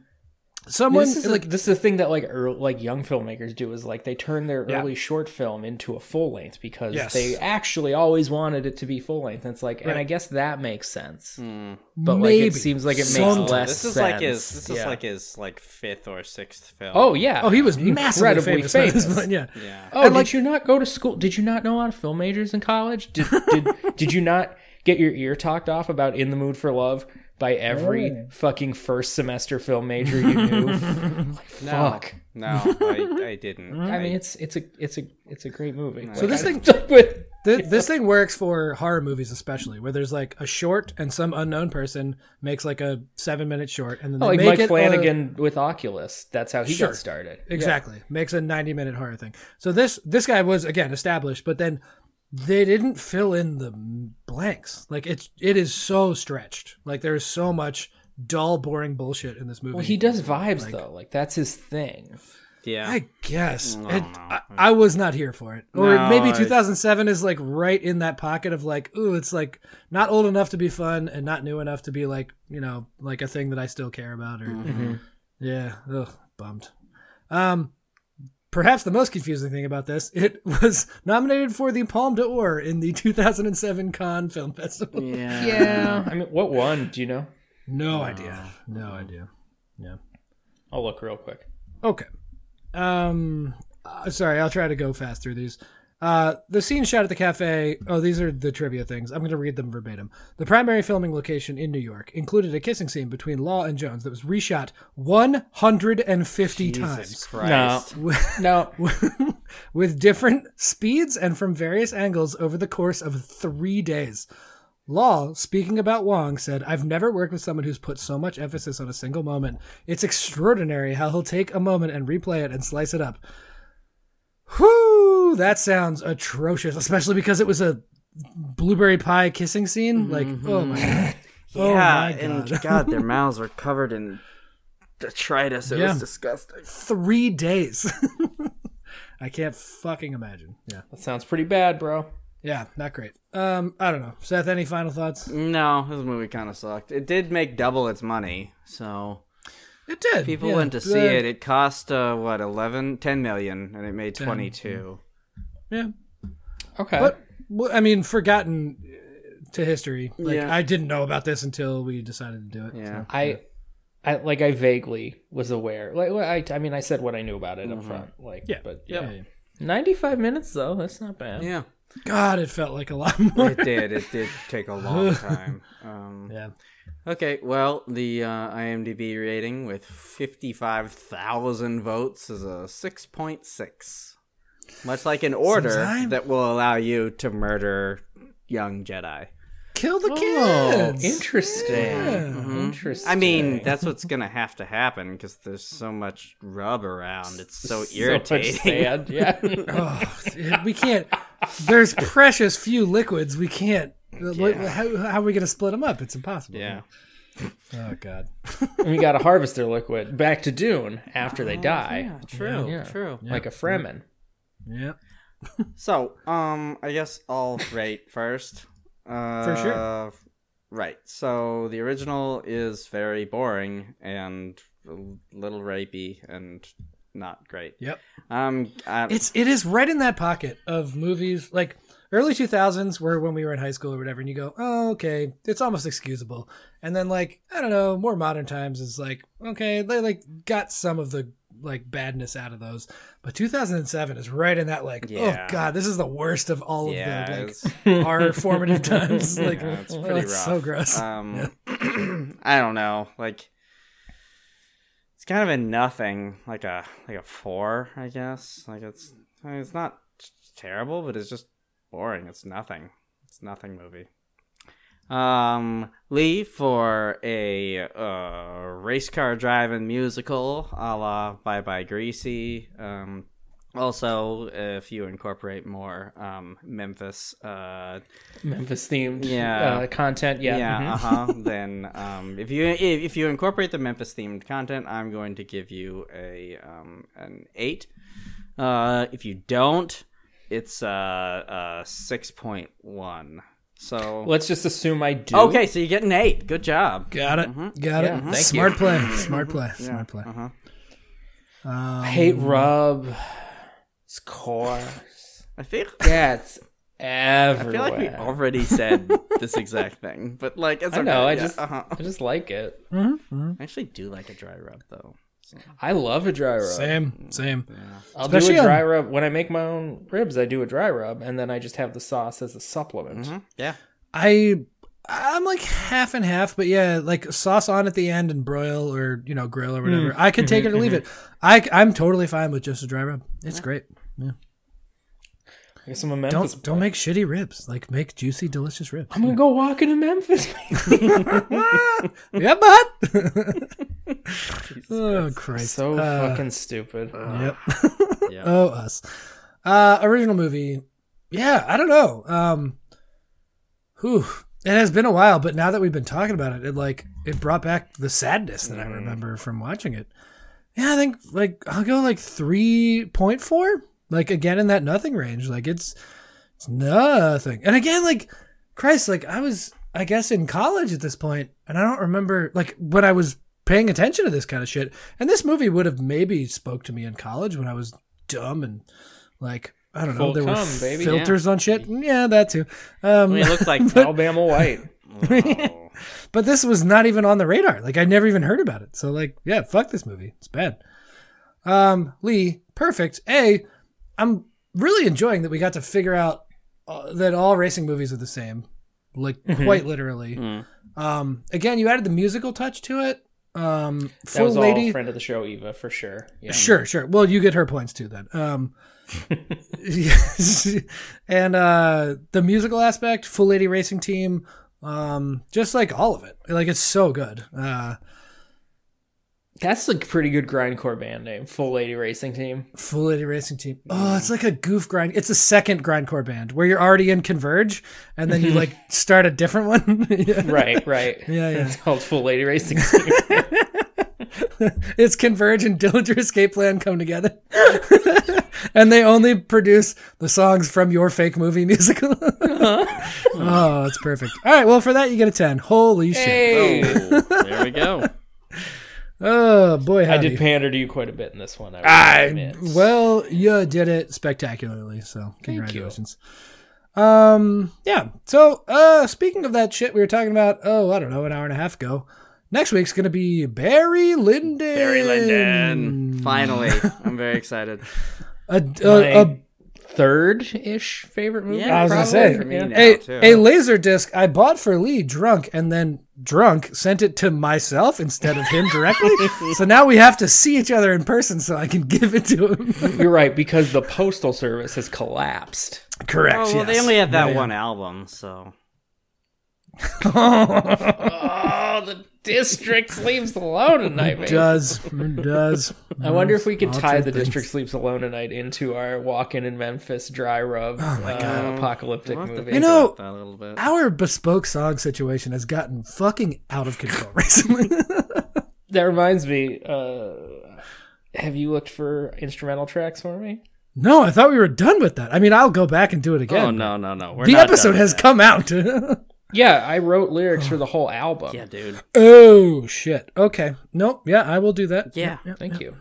Speaker 2: someone
Speaker 1: This is
Speaker 2: like
Speaker 1: like this is the thing that like ear like young filmmakers do is like they turn their
Speaker 2: Yeah.
Speaker 1: early short film into a full length because
Speaker 2: Yes.
Speaker 1: they actually always wanted it to be full length. And it's like, and I
Speaker 2: Right.
Speaker 1: guess that makes sense,
Speaker 3: Mm.
Speaker 1: but like it
Speaker 2: Maybe.
Speaker 1: seems like it makes
Speaker 2: Sometimes.
Speaker 1: less
Speaker 3: Oh, This is
Speaker 1: sense.
Speaker 3: like his. This is
Speaker 1: Yeah.
Speaker 3: like his like fifth or sixth film.
Speaker 1: oh yeah,
Speaker 2: oh, he was massively
Speaker 1: incredibly
Speaker 2: famous. by this
Speaker 1: famous.
Speaker 2: point, yeah.
Speaker 3: Yeah.
Speaker 1: Oh, did you not go to school? Did you not know a lot of film majors in college? Did did did you not get your ear talked off about "In the Mood for Love" by every fucking first semester film major you knew? Like, Fuck.
Speaker 3: No, I, I didn't.
Speaker 2: Mm-hmm.
Speaker 1: I mean, it's it's a it's a it's a great movie.
Speaker 2: So this thing-
Speaker 1: with
Speaker 2: Th- This thing works for horror movies, especially where there's like a short and some unknown person makes like a seven minute short, and then they
Speaker 1: Oh, like
Speaker 2: make
Speaker 1: Mike
Speaker 2: it a-
Speaker 1: Flanagan with Oculus. That's how he
Speaker 2: Sure.
Speaker 1: got started.
Speaker 2: Exactly. Makes a 90 minute horror thing. So this this guy was again established, but then they didn't fill in the m- blanks. Like it's it is so stretched. Like there is so much dull boring bullshit in this movie.
Speaker 1: Well, he does vibes though. Like that's his thing.
Speaker 3: Yeah.
Speaker 2: I guess.
Speaker 3: No,
Speaker 2: It-
Speaker 3: no.
Speaker 2: I, I was not here for it. Or
Speaker 3: No,
Speaker 2: maybe
Speaker 3: I-
Speaker 2: 2007 is like right in that pocket of like, ooh, it's like not old enough to be fun and not new enough to be like, you know, like a thing that I still care about or
Speaker 3: Mm-hmm.
Speaker 2: Yeah. Ugh, bummed. Um, perhaps the most confusing thing about this, it was nominated for the Palme d'Or in the 2007 Cannes Film Festival.
Speaker 3: yeah.
Speaker 1: Yeah. I mean, what one? Do you know?
Speaker 2: No idea. No idea.
Speaker 1: I'll look real quick.
Speaker 2: Okay. Um, uh, sorry, I'll try to go fast through these. Uh, the scene shot at the cafe. Oh, these are the trivia things. I'm going to read them verbatim. The primary filming location in New York included a kissing scene between Law and Jones that was reshot 150
Speaker 3: Jesus
Speaker 2: times.
Speaker 3: Christ.
Speaker 1: No.
Speaker 2: with different speeds and from various angles over the course of three days. Law, speaking about Wong, said, I've never worked with someone who's put so much emphasis on a single moment. It's extraordinary how he'll take a moment and replay it and slice it up. Whew, that sounds atrocious, especially because it was a blueberry pie kissing scene. Like, oh my god. Oh
Speaker 3: Mm-hmm. Yeah,
Speaker 2: my god.
Speaker 3: and God, their mouths were covered in detritus. It
Speaker 2: Yeah.
Speaker 3: was disgusting.
Speaker 2: Three days. I can't fucking imagine. Yeah.
Speaker 1: That sounds pretty bad, bro.
Speaker 2: Yeah, not great. Um, I don't know. Seth, any final thoughts?
Speaker 3: No, this movie kind of sucked. It did make double its money, so
Speaker 2: It did.
Speaker 3: people
Speaker 2: yeah.
Speaker 3: went to see
Speaker 2: The-
Speaker 3: it. It cost uh, what 11, 10 million, and it made twenty two.
Speaker 2: Yeah.
Speaker 1: Okay.
Speaker 2: But well, I mean, forgotten uh, to history. Like
Speaker 3: Yeah.
Speaker 2: I didn't know about this until we decided to do it.
Speaker 3: Yeah,
Speaker 1: I, I like I vaguely was aware. Like well, I, I mean, I said what I knew about it up
Speaker 3: Mm-hmm.
Speaker 1: front. Like,
Speaker 2: Yeah.
Speaker 1: but
Speaker 2: So.
Speaker 1: yeah, ninety-five minutes though. That's not bad.
Speaker 3: yeah,
Speaker 2: God, it felt like a lot more.
Speaker 3: it did. It did take a long time. Um,
Speaker 2: yeah.
Speaker 3: Okay, well, the uh, IMDb rating with fifty five thousand votes is a six point six, much like an order
Speaker 2: Sometime-
Speaker 3: that will allow you to murder young Jedi.
Speaker 2: Kill the
Speaker 1: Oh,
Speaker 2: kids.
Speaker 1: interesting.
Speaker 2: Yeah.
Speaker 1: Interesting.
Speaker 3: Mm-hmm. I mean, that's what's gonna have to happen because there's so much rub around. It's so irritating.
Speaker 1: So much sand, yeah.
Speaker 2: Oh, it- we can't. There's precious few liquids. We can't. uh, what- How, how are we going to split them up? It's impossible.
Speaker 3: yeah.
Speaker 2: Oh God.
Speaker 1: And we got to harvest their liquid back to Dune after they die,
Speaker 3: True.
Speaker 1: Yeah.
Speaker 3: True.
Speaker 1: like a Fremen.
Speaker 2: Yeah.
Speaker 3: So, um, I guess I'll rate first. Uh,
Speaker 2: For sure.
Speaker 3: Right. So the original is very boring and a little rapey and not great.
Speaker 2: Yep.
Speaker 3: Um, I,
Speaker 2: It's it is right in that pocket of movies like early 2000s were when we were in high school or whatever and you go, "Oh, okay, it's almost excusable." And then like, I don't know, more modern times is like, okay, they like got some of the like badness out of those. But 2007 is right in that like,
Speaker 3: Yeah.
Speaker 2: "Oh god, this is the worst of all of
Speaker 3: yeah,
Speaker 2: the like
Speaker 3: it's-
Speaker 2: our formative times." Like,
Speaker 3: yeah, it's
Speaker 2: oh,
Speaker 3: pretty rough.
Speaker 2: it's so gross.
Speaker 3: Um, I don't know. Like, it's kind of a nothing, like a like a four, I guess. Like it's I mean, it's not terrible, but it's just boring. It's nothing. It's nothing movie. um, Lee for a uh, race car driving musical a la Bye Bye Greasy. Um, also, if you incorporate more um, Memphis, uh,
Speaker 1: Memphis themed
Speaker 3: Yeah.
Speaker 1: uh, content. Yeah.
Speaker 3: yeah,
Speaker 1: mhm.
Speaker 3: uh huh. then um, if you if, if you incorporate the Memphis themed content, I'm going to give you a um, an eight. Uh, if you don't, it's uh, uh six point one. So
Speaker 1: Let's just assume I do.
Speaker 3: okay, so you get an eight. Good job.
Speaker 2: Got it. Got
Speaker 1: Mm-hmm. Yeah,
Speaker 2: it.
Speaker 1: thank
Speaker 2: Smart play. Smart play. Smart play. Um,
Speaker 3: Uh-huh.
Speaker 1: I hate rub. It's coarse.
Speaker 3: I feel
Speaker 1: That's
Speaker 3: I
Speaker 1: everywhere.
Speaker 3: feel
Speaker 1: I,
Speaker 3: like we already said this exact thing, but like it's okay.
Speaker 1: know. I
Speaker 3: yeah,
Speaker 1: just
Speaker 3: uh-huh.
Speaker 1: I just like it.
Speaker 2: mm-hmm,
Speaker 3: I actually do like a dry rub though. So,
Speaker 1: I love a dry rub.
Speaker 2: Same. Same.
Speaker 1: I'll do
Speaker 2: Especially
Speaker 1: a
Speaker 2: on-
Speaker 1: dry rub when I make my own ribs. I do a dry rub, and then I just have the sauce as a supplement.
Speaker 3: yeah.
Speaker 2: I I'm like half and half, but yeah, like sauce on at the end and broil or you know grill or whatever. I could take it or leave it. I I'm totally fine with just a dry rub. It's great. Yeah.
Speaker 1: I guess I'm a Memphis.
Speaker 2: Don't don't make shitty ribs. Like make juicy, delicious ribs.
Speaker 1: I'm gonna go walking in Memphis.
Speaker 2: yeah, bud. oh Christ.
Speaker 1: so
Speaker 2: Uh,
Speaker 1: fucking stupid.
Speaker 2: Yep.
Speaker 3: Yeah.
Speaker 2: oh us. Uh, original movie. Yeah, I don't know. Um, whew. It has been a while, but now that we've been talking about it, it like it brought back the sadness that I remember from watching it. Yeah, I think like I'll go like three point four. Like again in that nothing range. Like it's it's nothing. And again, like Christ, like I was I guess in college at this point, and I don't remember like when I was paying attention to this kind of shit. And this movie would have maybe spoke to me in college when I was dumb and like I don't know,
Speaker 1: Full
Speaker 2: there were
Speaker 1: cum, baby.
Speaker 2: filters on shit. Yeah, that too. Um,
Speaker 3: I mean, it looked like
Speaker 1: Alabama White.
Speaker 3: oh,
Speaker 2: but this was not even on the radar. Like I never even heard about it. So like, yeah, fuck this movie. It's bad. Um, Lee, perfect. A, I'm really enjoying that we got to figure out uh, that all racing movies are the same, like
Speaker 1: Mm-hmm.
Speaker 2: quite literally.
Speaker 1: Mm.
Speaker 2: Um, again, you added the musical touch to it. Um,
Speaker 1: That
Speaker 2: full
Speaker 1: was
Speaker 2: lady.
Speaker 1: all friend of the show, Eva, for sure. Yeah.
Speaker 2: Sure, sure. Well, you get her points too then. Um, yes. and uh, the musical aspect, full lady racing team, um, just like all of it. Like it's so good. Uh,
Speaker 1: That's a pretty good grindcore band name. Full Lady Racing Team.
Speaker 2: full lady racing team. Oh, it's like a goof grind. It's a second grindcore band where you're already in Converge, and then you like start a different one. Yeah.
Speaker 1: Right, right.
Speaker 2: Yeah, yeah.
Speaker 1: It's called Full Lady Racing Team.
Speaker 2: It's Converge and Dillinger Escape Plan come together, and they only produce the songs from your fake movie musical.
Speaker 1: Uh-huh.
Speaker 2: oh, it's perfect. All right, well for that you get a ten. Holy shit!
Speaker 1: hey.
Speaker 3: there we go.
Speaker 2: Oh boy,
Speaker 1: I
Speaker 2: howdy.
Speaker 1: did pander to you quite a bit in this one. I, will admit.
Speaker 2: Well, you did it spectacularly, so congratulations. Um, yeah. So, uh, speaking of that shit we were talking about, oh, I don't know, an hour and a half ago. Next week's gonna be Barry Lyndon.
Speaker 3: Barry Lyndon. Finally, I'm very excited.
Speaker 2: A,
Speaker 1: Uh,
Speaker 2: a, a,
Speaker 1: third ish favorite movie.
Speaker 3: Yeah, I
Speaker 2: was gonna
Speaker 1: probably,
Speaker 2: say.
Speaker 3: For me
Speaker 1: yeah.
Speaker 3: now, too.
Speaker 2: a, a laser disc I bought for Lee drunk, and then drunk sent it to myself instead of him directly. so now we have to see each other in person so I can give it to him.
Speaker 1: You're right because the postal service has collapsed.
Speaker 2: Correct.
Speaker 3: Oh well,
Speaker 2: yes.
Speaker 3: they only had that
Speaker 2: Yeah, yeah.
Speaker 3: one album, so
Speaker 1: Oh, the district sleeps alone tonight, man.
Speaker 2: does does.
Speaker 1: I wonder if we could
Speaker 2: Lots
Speaker 1: tie
Speaker 2: of
Speaker 1: the
Speaker 2: things.
Speaker 1: district sleeps alone tonight into our walk-in in Memphis dry rub
Speaker 2: Oh
Speaker 1: uh, apocalyptic movie.
Speaker 2: You know,
Speaker 3: that a little bit.
Speaker 2: our bespoke song situation has gotten fucking out of control recently.
Speaker 1: that reminds me. Uh, have you looked for instrumental tracks for me?
Speaker 2: no, I thought we were done with that. I mean, I'll go back and do it again.
Speaker 3: Oh no, no, no. We're
Speaker 2: the
Speaker 3: not
Speaker 2: episode
Speaker 3: done.
Speaker 2: has come out.
Speaker 1: Yeah, I wrote lyrics for the whole album.
Speaker 3: Yeah, dude.
Speaker 2: oh shit. Okay. Nope. Yeah, I will do that.
Speaker 3: Yeah.
Speaker 1: Thank you.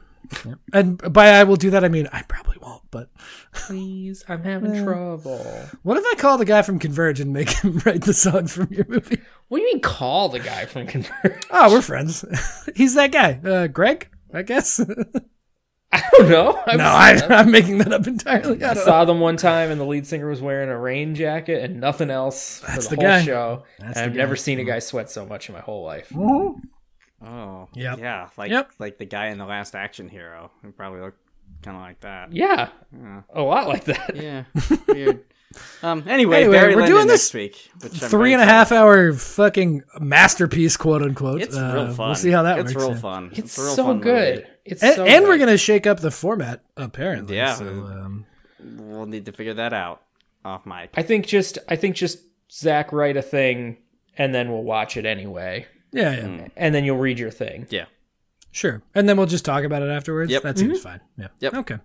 Speaker 2: And by I will do that, I mean I probably won't. But
Speaker 1: Please, I'm having trouble.
Speaker 2: what if I call the guy from Converge and make him write the songs from your movie?
Speaker 1: What do you mean call the guy from Converge?
Speaker 2: Oh, we're friends. He's that guy, uh, Greg. I guess. no,
Speaker 1: I don't know. I,
Speaker 2: I, I'm making that up entirely. I
Speaker 1: I
Speaker 2: don't
Speaker 1: saw them one time, and the lead singer was wearing a rain jacket and nothing else for
Speaker 2: That's
Speaker 1: the,
Speaker 2: the
Speaker 1: whole
Speaker 2: guy.
Speaker 1: show.
Speaker 2: That's
Speaker 1: and
Speaker 2: the
Speaker 1: I've
Speaker 2: guy.
Speaker 1: never seen a guy sweat so much in my whole life.
Speaker 2: know.
Speaker 3: Oh.
Speaker 2: Yep.
Speaker 3: Yeah. Like
Speaker 2: Yep.
Speaker 3: like the guy in the last action hero who probably looked kind of like that.
Speaker 1: Yeah,
Speaker 3: Yeah.
Speaker 1: a lot like that.
Speaker 3: Yeah. Weird. Um. Anyway,
Speaker 2: Anyway,
Speaker 3: Barry
Speaker 2: we're
Speaker 3: Lyndon
Speaker 2: doing
Speaker 3: next
Speaker 2: this
Speaker 3: week. Which I'm
Speaker 2: Three
Speaker 3: very
Speaker 2: and a
Speaker 3: excited
Speaker 2: half hour fucking masterpiece, quote unquote.
Speaker 3: It's
Speaker 2: Uh,
Speaker 3: real fun.
Speaker 2: We'll see how that
Speaker 3: it's
Speaker 2: works.
Speaker 3: Real
Speaker 2: yeah.
Speaker 3: fun.
Speaker 1: It's
Speaker 3: a real
Speaker 1: so
Speaker 3: fun
Speaker 1: good.
Speaker 3: movie.
Speaker 1: It's
Speaker 2: And,
Speaker 1: so
Speaker 2: and we're
Speaker 1: good.
Speaker 2: gonna shake up the format apparently.
Speaker 3: Yeah. Mm-hmm.
Speaker 2: So, um,
Speaker 3: We'll need to figure that out off mic.
Speaker 1: I think just I think just Zach write a thing and then we'll watch it anyway.
Speaker 2: yeah, yeah,
Speaker 3: Mm-hmm.
Speaker 1: And then you'll read your thing.
Speaker 3: Yeah.
Speaker 2: sure. And then we'll just talk about it afterwards.
Speaker 3: Yep.
Speaker 2: That seems fine. Yeah.
Speaker 3: Yep.
Speaker 2: Okay.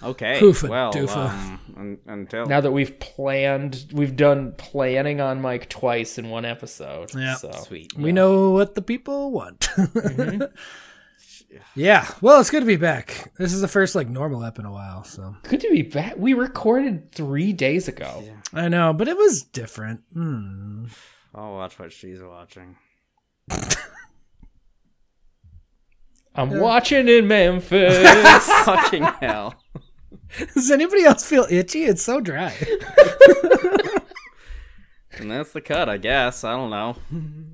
Speaker 3: Okay.
Speaker 2: Hoofa
Speaker 3: well,
Speaker 2: doofa.
Speaker 3: um, un- until
Speaker 1: Now that we've planned we've done planning on Mike twice in one episode.
Speaker 2: Yeah. Mm-hmm.
Speaker 1: So
Speaker 3: sweet.
Speaker 2: We know what the people want. yeah. Well, it's good to be back. This is the first like normal ep in a while, so
Speaker 1: good to be back. We recorded three days ago.
Speaker 2: I know, but it was different. Hmm.
Speaker 3: I'll watch what she's watching.
Speaker 1: I'm watching in Memphis.
Speaker 3: Fucking hell.
Speaker 2: Does anybody else feel itchy? It's so dry.
Speaker 3: And that's the cut, I guess. I don't know.